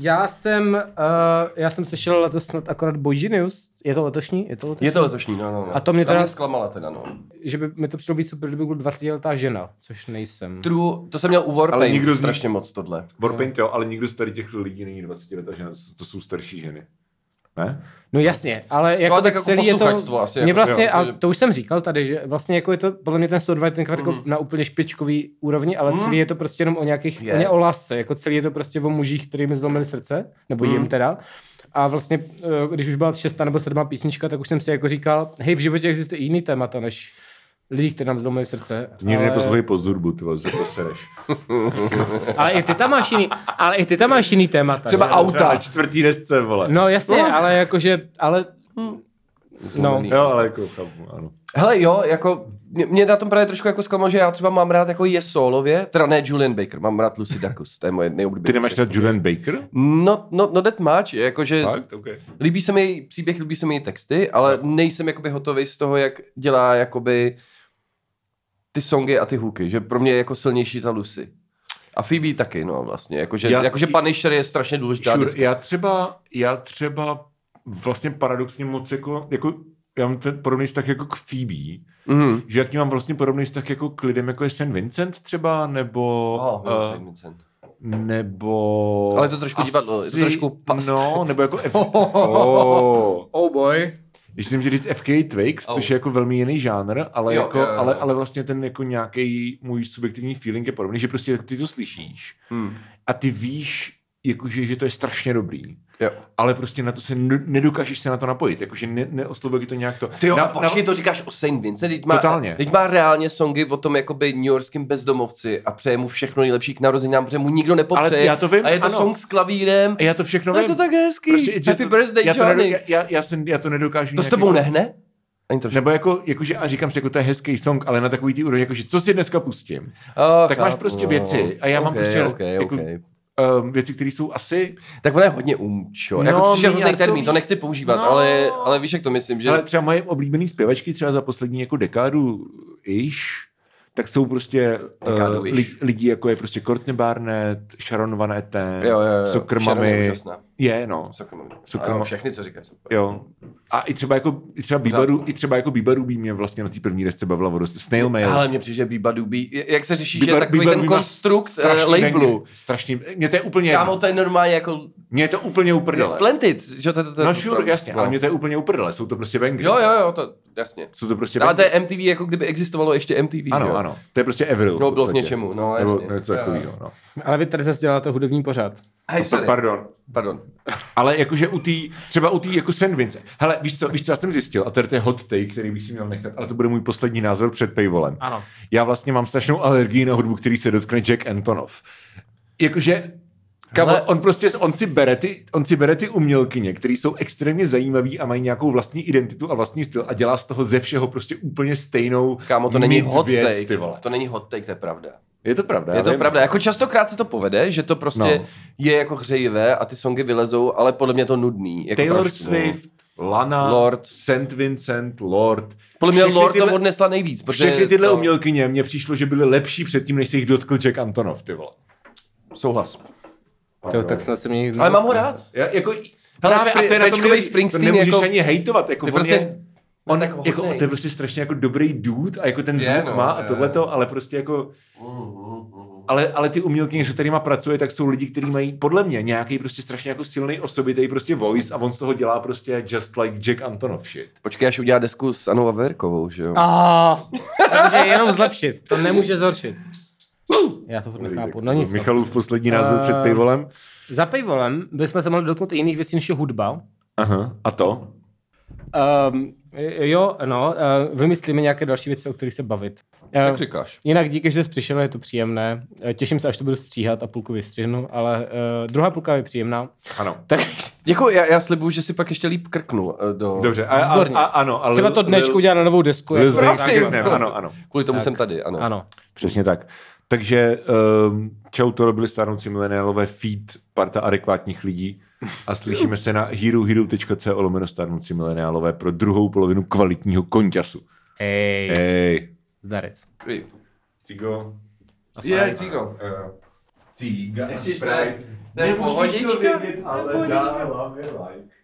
Speaker 4: Já jsem, uh, já jsem slyšel letos snad akorát Boy Genius. Je to letošní? Je to letošní?
Speaker 1: Je to letošní, no, no, no.
Speaker 4: A to mě
Speaker 1: Ta
Speaker 4: teda-
Speaker 1: zklamala teda, no.
Speaker 4: Že by mi to přišlo víc super, kdyby byl 20 letá žena, což nejsem.
Speaker 1: True, to jsem měl u Warpaint, ale
Speaker 3: nikdo
Speaker 1: nikdo
Speaker 3: z nich-
Speaker 1: strašně moc tohle.
Speaker 3: Warpaint jo, ale nikdo z tady těch lidí není 20 let, takže to jsou starší ženy. Ne?
Speaker 4: No jasně, ale jako,
Speaker 1: tak
Speaker 4: tak
Speaker 1: jako
Speaker 4: celý je to...
Speaker 1: posluchačstvo asi,
Speaker 4: mě
Speaker 1: jako,
Speaker 4: vlastně,
Speaker 1: jo,
Speaker 4: a
Speaker 1: že-
Speaker 4: to už jsem říkal tady, že vlastně jako je to podle mě ten 102 je ten jako
Speaker 1: Mm.
Speaker 4: na úplně špičkový úrovni, ale celý je to prostě jenom o nějakých,
Speaker 1: Je.
Speaker 4: o, ně, o lásce, jako celý je to prostě o mužích, který mi zlomili srdce, nebo
Speaker 1: Mm.
Speaker 4: jim teda. A vlastně, eh, když už byla šestá nebo sedmá písnička, tak už jsem si jako říkal, hej, v životě existuje i jiný témata, než lidi, kteří nám zlomili srdce.
Speaker 3: Nikdy
Speaker 4: ale-
Speaker 3: neposlouchej post hudbu, ty vole, se posereš.
Speaker 4: Ale i ty tam máš jiný, ale i ty tam máš jiný témata.
Speaker 1: Třeba
Speaker 4: no.
Speaker 1: auta.
Speaker 3: Na čtvrtý desce, vole.
Speaker 4: No jasně, ale jakože, ale
Speaker 1: Hm.
Speaker 4: No,
Speaker 1: Zlomený.
Speaker 3: Jo, ale jako, chápu, ano.
Speaker 1: Hele jo, jako mě, mě na tom právě trošku jako zklamalo, že já třeba mám rád jako je solově, teda ne Julian Baker, mám rád Lucy Dacus, to je moje
Speaker 3: Ty
Speaker 1: nejoblíbenější.
Speaker 3: nemáš na Julian Baker?
Speaker 1: No, no, no that much, jakože
Speaker 3: Fakt, okay.
Speaker 1: líbí se mi její příběh, líbí se mi její texty, ale nejsem jakoby hotový z toho, jak dělá jakoby ty songy a ty hooky, že pro mě je jako silnější ta Lucy. A Phoebe taky, no vlastně, jakože,
Speaker 3: Já-
Speaker 1: jakože Punisher je strašně důležitá
Speaker 3: Sure,
Speaker 1: deska.
Speaker 3: já třeba, já třeba vlastně paradoxně moc jako, jako já mám ten podobný vztah jako k Phoebe,
Speaker 1: Mhm.
Speaker 3: že jak mám vlastně podobný vztah jako k lidem, jako je St. Vincent třeba, nebo...
Speaker 1: Oh,
Speaker 3: eh,
Speaker 1: uh, Vincent.
Speaker 3: nebo...
Speaker 1: Ale je to trošku divadlo, je to trošku past.
Speaker 3: No, nebo jako F... oh.
Speaker 4: Oh boy.
Speaker 3: Ještě jsem chtěl říct FK Twigs,
Speaker 1: Oh.
Speaker 3: což je jako velmi jiný žánr, ale,
Speaker 1: Jo,
Speaker 3: jako,
Speaker 1: jo, jo.
Speaker 3: ale, ale vlastně ten jako nějaký můj subjektivní feeling je podobný, že prostě ty to slyšíš
Speaker 1: Hmm.
Speaker 3: a ty víš, jakože, že to je strašně dobrý.
Speaker 1: Jo.
Speaker 3: Ale prostě na to se n- nedokážeš se na to napojit, jakože ne, neoslovuje to nějak to.
Speaker 1: Ty jo,
Speaker 3: na,
Speaker 1: na, počkej, to říkáš o Saint Vincent, teď má,
Speaker 3: Totálně.
Speaker 1: teď má reálně songy o tom jakoby New Yorkském bezdomovci a přeje mu všechno nejlepší k narozeninám, protože mu nikdo nepopřeje.
Speaker 3: Ale ty- já to vím,
Speaker 1: a je to
Speaker 3: ano.
Speaker 1: song s klavírem.
Speaker 3: já to všechno
Speaker 1: No je
Speaker 3: vím.
Speaker 1: to tak hezký. Prostě,
Speaker 3: it's
Speaker 1: Happy
Speaker 3: just-
Speaker 1: birthday,
Speaker 3: já to, nedo,
Speaker 1: Johnny.
Speaker 3: já, já, já, jsem, já to nedokážu
Speaker 1: to s
Speaker 3: nějak
Speaker 1: tebou
Speaker 3: jako-
Speaker 1: nehne? Ani trošku.
Speaker 3: Nebo jako, jakože, a říkám si, jako to je hezký song, ale na takový ty úrovni, jakože co si dneska pustím?
Speaker 1: Oh,
Speaker 3: tak máš prostě věci a já mám prostě
Speaker 1: Okay,
Speaker 3: jako-
Speaker 1: okay.
Speaker 3: Um, věci, které jsou asi
Speaker 1: Tak ono je hodně umčo. No,
Speaker 3: No,
Speaker 1: jako, což je
Speaker 3: my-
Speaker 1: hrozný
Speaker 3: já to
Speaker 1: termín, to,
Speaker 3: ví-
Speaker 1: nechci používat,
Speaker 3: No.
Speaker 1: ale, ale víš, jak to myslím. Že...
Speaker 3: Že... Ale třeba moje oblíbené zpěvačky třeba za poslední jako dekádu ish, tak jsou prostě
Speaker 1: Dekádu
Speaker 3: uh,
Speaker 1: ish.
Speaker 3: lidi, lidi, jako je prostě Courtney Barnett, Sharon Van Etten,
Speaker 1: Jo, jo, jo. Sharon je
Speaker 3: Sokrmami.
Speaker 1: úžasná.
Speaker 3: Je, no.
Speaker 1: Sokrmami. Ano,
Speaker 3: Sokrma-
Speaker 1: všechny, co říkáš. jsou-
Speaker 3: Jo. A i třeba jako, i třeba Bieberu, i třeba jako Bieberu by mě vlastně na té první desce bavila o dost. Snail Mail.
Speaker 1: Ale mně přijde Biba Dubí, jak se řeší, že je
Speaker 3: Bieber-
Speaker 1: takový
Speaker 3: Bieber
Speaker 1: ten
Speaker 3: by má
Speaker 1: konstrukt eh,
Speaker 3: strašný
Speaker 1: labelu.
Speaker 3: denně, Strašný, mě to je úplně
Speaker 1: Kámo,
Speaker 3: jedno.
Speaker 1: to je normálně jako
Speaker 3: Mně je to úplně uprdele.
Speaker 1: Planted, že to, to, to
Speaker 3: No sure, jasně, ale mě to je úplně uprdele. Jsou to prostě bangry.
Speaker 1: Jo, jo, jo, to jasně.
Speaker 3: Jsou to prostě
Speaker 1: Ale to
Speaker 3: bangry.
Speaker 1: je MTV, jako kdyby existovalo ještě MTV, jo?
Speaker 3: Ano, ano. To je prostě Avril. v
Speaker 1: No, bylo k
Speaker 3: podstatě.
Speaker 1: něčemu, no,
Speaker 3: Nebo
Speaker 1: jasně.
Speaker 3: něco takového, no.
Speaker 4: Ale vy tady zase děláte hudební pořád.
Speaker 1: Hej, sorry.
Speaker 3: Pardon.
Speaker 1: Pardon.
Speaker 3: Ale jakože u tý, třeba u tý jako St. Vincent. Hele, víš co, víš co, já jsem zjistil, a tady to je hot take, který bych si měl nechat, ale to bude můj poslední názor před paywallem.
Speaker 4: Ano.
Speaker 3: Já vlastně mám strašnou alergii na hudbu, který se dotkne Jack Antonoff. Jakože Kamo,
Speaker 5: Hele.
Speaker 3: on prostě, on si bere ty, on si bere ty umělkyně, které jsou extrémně zajímavý a mají nějakou vlastní identitu a vlastní styl a dělá z toho ze všeho prostě úplně stejnou
Speaker 1: Kámo, to není hot
Speaker 3: midvěc,
Speaker 1: take.
Speaker 3: ty vole.
Speaker 1: To není hot take, to je pravda.
Speaker 3: Je to pravda.
Speaker 1: je
Speaker 3: já
Speaker 1: to
Speaker 3: vím.
Speaker 1: pravda. Jako častokrát se to povede, že to prostě
Speaker 3: No.
Speaker 1: no. je jako hřejivé a ty songy vylezou, ale podle mě je to nudný. Jako
Speaker 3: Taylor
Speaker 1: trošku.
Speaker 3: Swift, Lana,
Speaker 1: Lord.
Speaker 3: St. Vincent, Lord.
Speaker 1: Podle mě
Speaker 3: Všechny
Speaker 1: Lord
Speaker 3: tyhle-
Speaker 1: to odnesla nejvíc. Protože
Speaker 3: Všechny tyhle
Speaker 1: to...
Speaker 3: umělkyně mě přišlo, že byly lepší předtím, než se jich dotkl Jack Antonov, ty vole.
Speaker 1: Souhlas.
Speaker 4: To, tak snad se mě...
Speaker 1: Ale mám ho rád.
Speaker 3: Já, jako,
Speaker 1: Hele,
Speaker 3: právě,
Speaker 1: Spri-
Speaker 3: a to je na tom,
Speaker 1: Pečkovej
Speaker 3: nej-
Speaker 1: Springsteen
Speaker 3: to nemůžeš
Speaker 1: jako-
Speaker 3: ani hejtovat, jako
Speaker 1: Ty
Speaker 3: on
Speaker 1: prostě-
Speaker 3: je, on,
Speaker 1: tak hodnej.
Speaker 3: jako, on to je prostě strašně jako dobrý dude a jako ten
Speaker 2: Je,
Speaker 3: zvuk
Speaker 2: no,
Speaker 3: má a
Speaker 2: je.
Speaker 3: tohleto, ale prostě jako, ale, ale ty umělkyně, se kterýma pracuje, tak jsou lidi, kteří mají podle mě nějaký prostě strašně jako silný osobitý prostě voice a on z toho dělá prostě just like Jack Antonov shit.
Speaker 1: Počkej, až udělá desku s Anou Averkovou, že jo?
Speaker 4: A, to může jenom zlepšit, to nemůže zhoršit. Já to furt nechápu, no nic. no.
Speaker 3: jako Michalův poslední názor
Speaker 4: Eh,
Speaker 3: před pivolem.
Speaker 4: Za paywallem bychom se mohli dotknout i jiných věcí, než je hudba.
Speaker 3: Aha, a to?
Speaker 4: Um, jo, no, uh, vymyslíme nějaké další věci, o kterých se bavit.
Speaker 1: Jak
Speaker 4: Uh,
Speaker 1: říkáš?
Speaker 4: jinak díky, že jsi přišel, je to příjemné. Eh, Těším se, až to budu stříhat a půlku vystřihnu, ale uh, druhá půlka je příjemná.
Speaker 3: Ano.
Speaker 4: Tak
Speaker 1: Děkuji, já, já slibuju, že si pak ještě líp krknu eh, do...
Speaker 3: Dobře, a, a,
Speaker 4: Výborně.
Speaker 3: a, ano. Ale
Speaker 4: třeba to dnečku udělá na novou desku.
Speaker 3: Lil
Speaker 4: jako-
Speaker 3: Znejs
Speaker 1: Prosím.
Speaker 3: Krknem, ano, ano.
Speaker 1: Kvůli tomu
Speaker 4: Tak.
Speaker 1: jsem tady, ano.
Speaker 4: Ano.
Speaker 3: Přesně tak. Takže um, čau, to byli starnoucí mileniálové feed, parta adekvátních lidí a slyšíme se na herohero.co lomeno starnoucí mileniálové pro druhou polovinu kvalitního konťasu.
Speaker 4: Hej,
Speaker 3: Hej.
Speaker 4: zdarec.
Speaker 1: Dobrý.
Speaker 3: Cigo.
Speaker 2: Je, cígo.
Speaker 3: Eh, Ciga
Speaker 1: Sprite. Nemusíš to
Speaker 2: vědět, ale dávám like.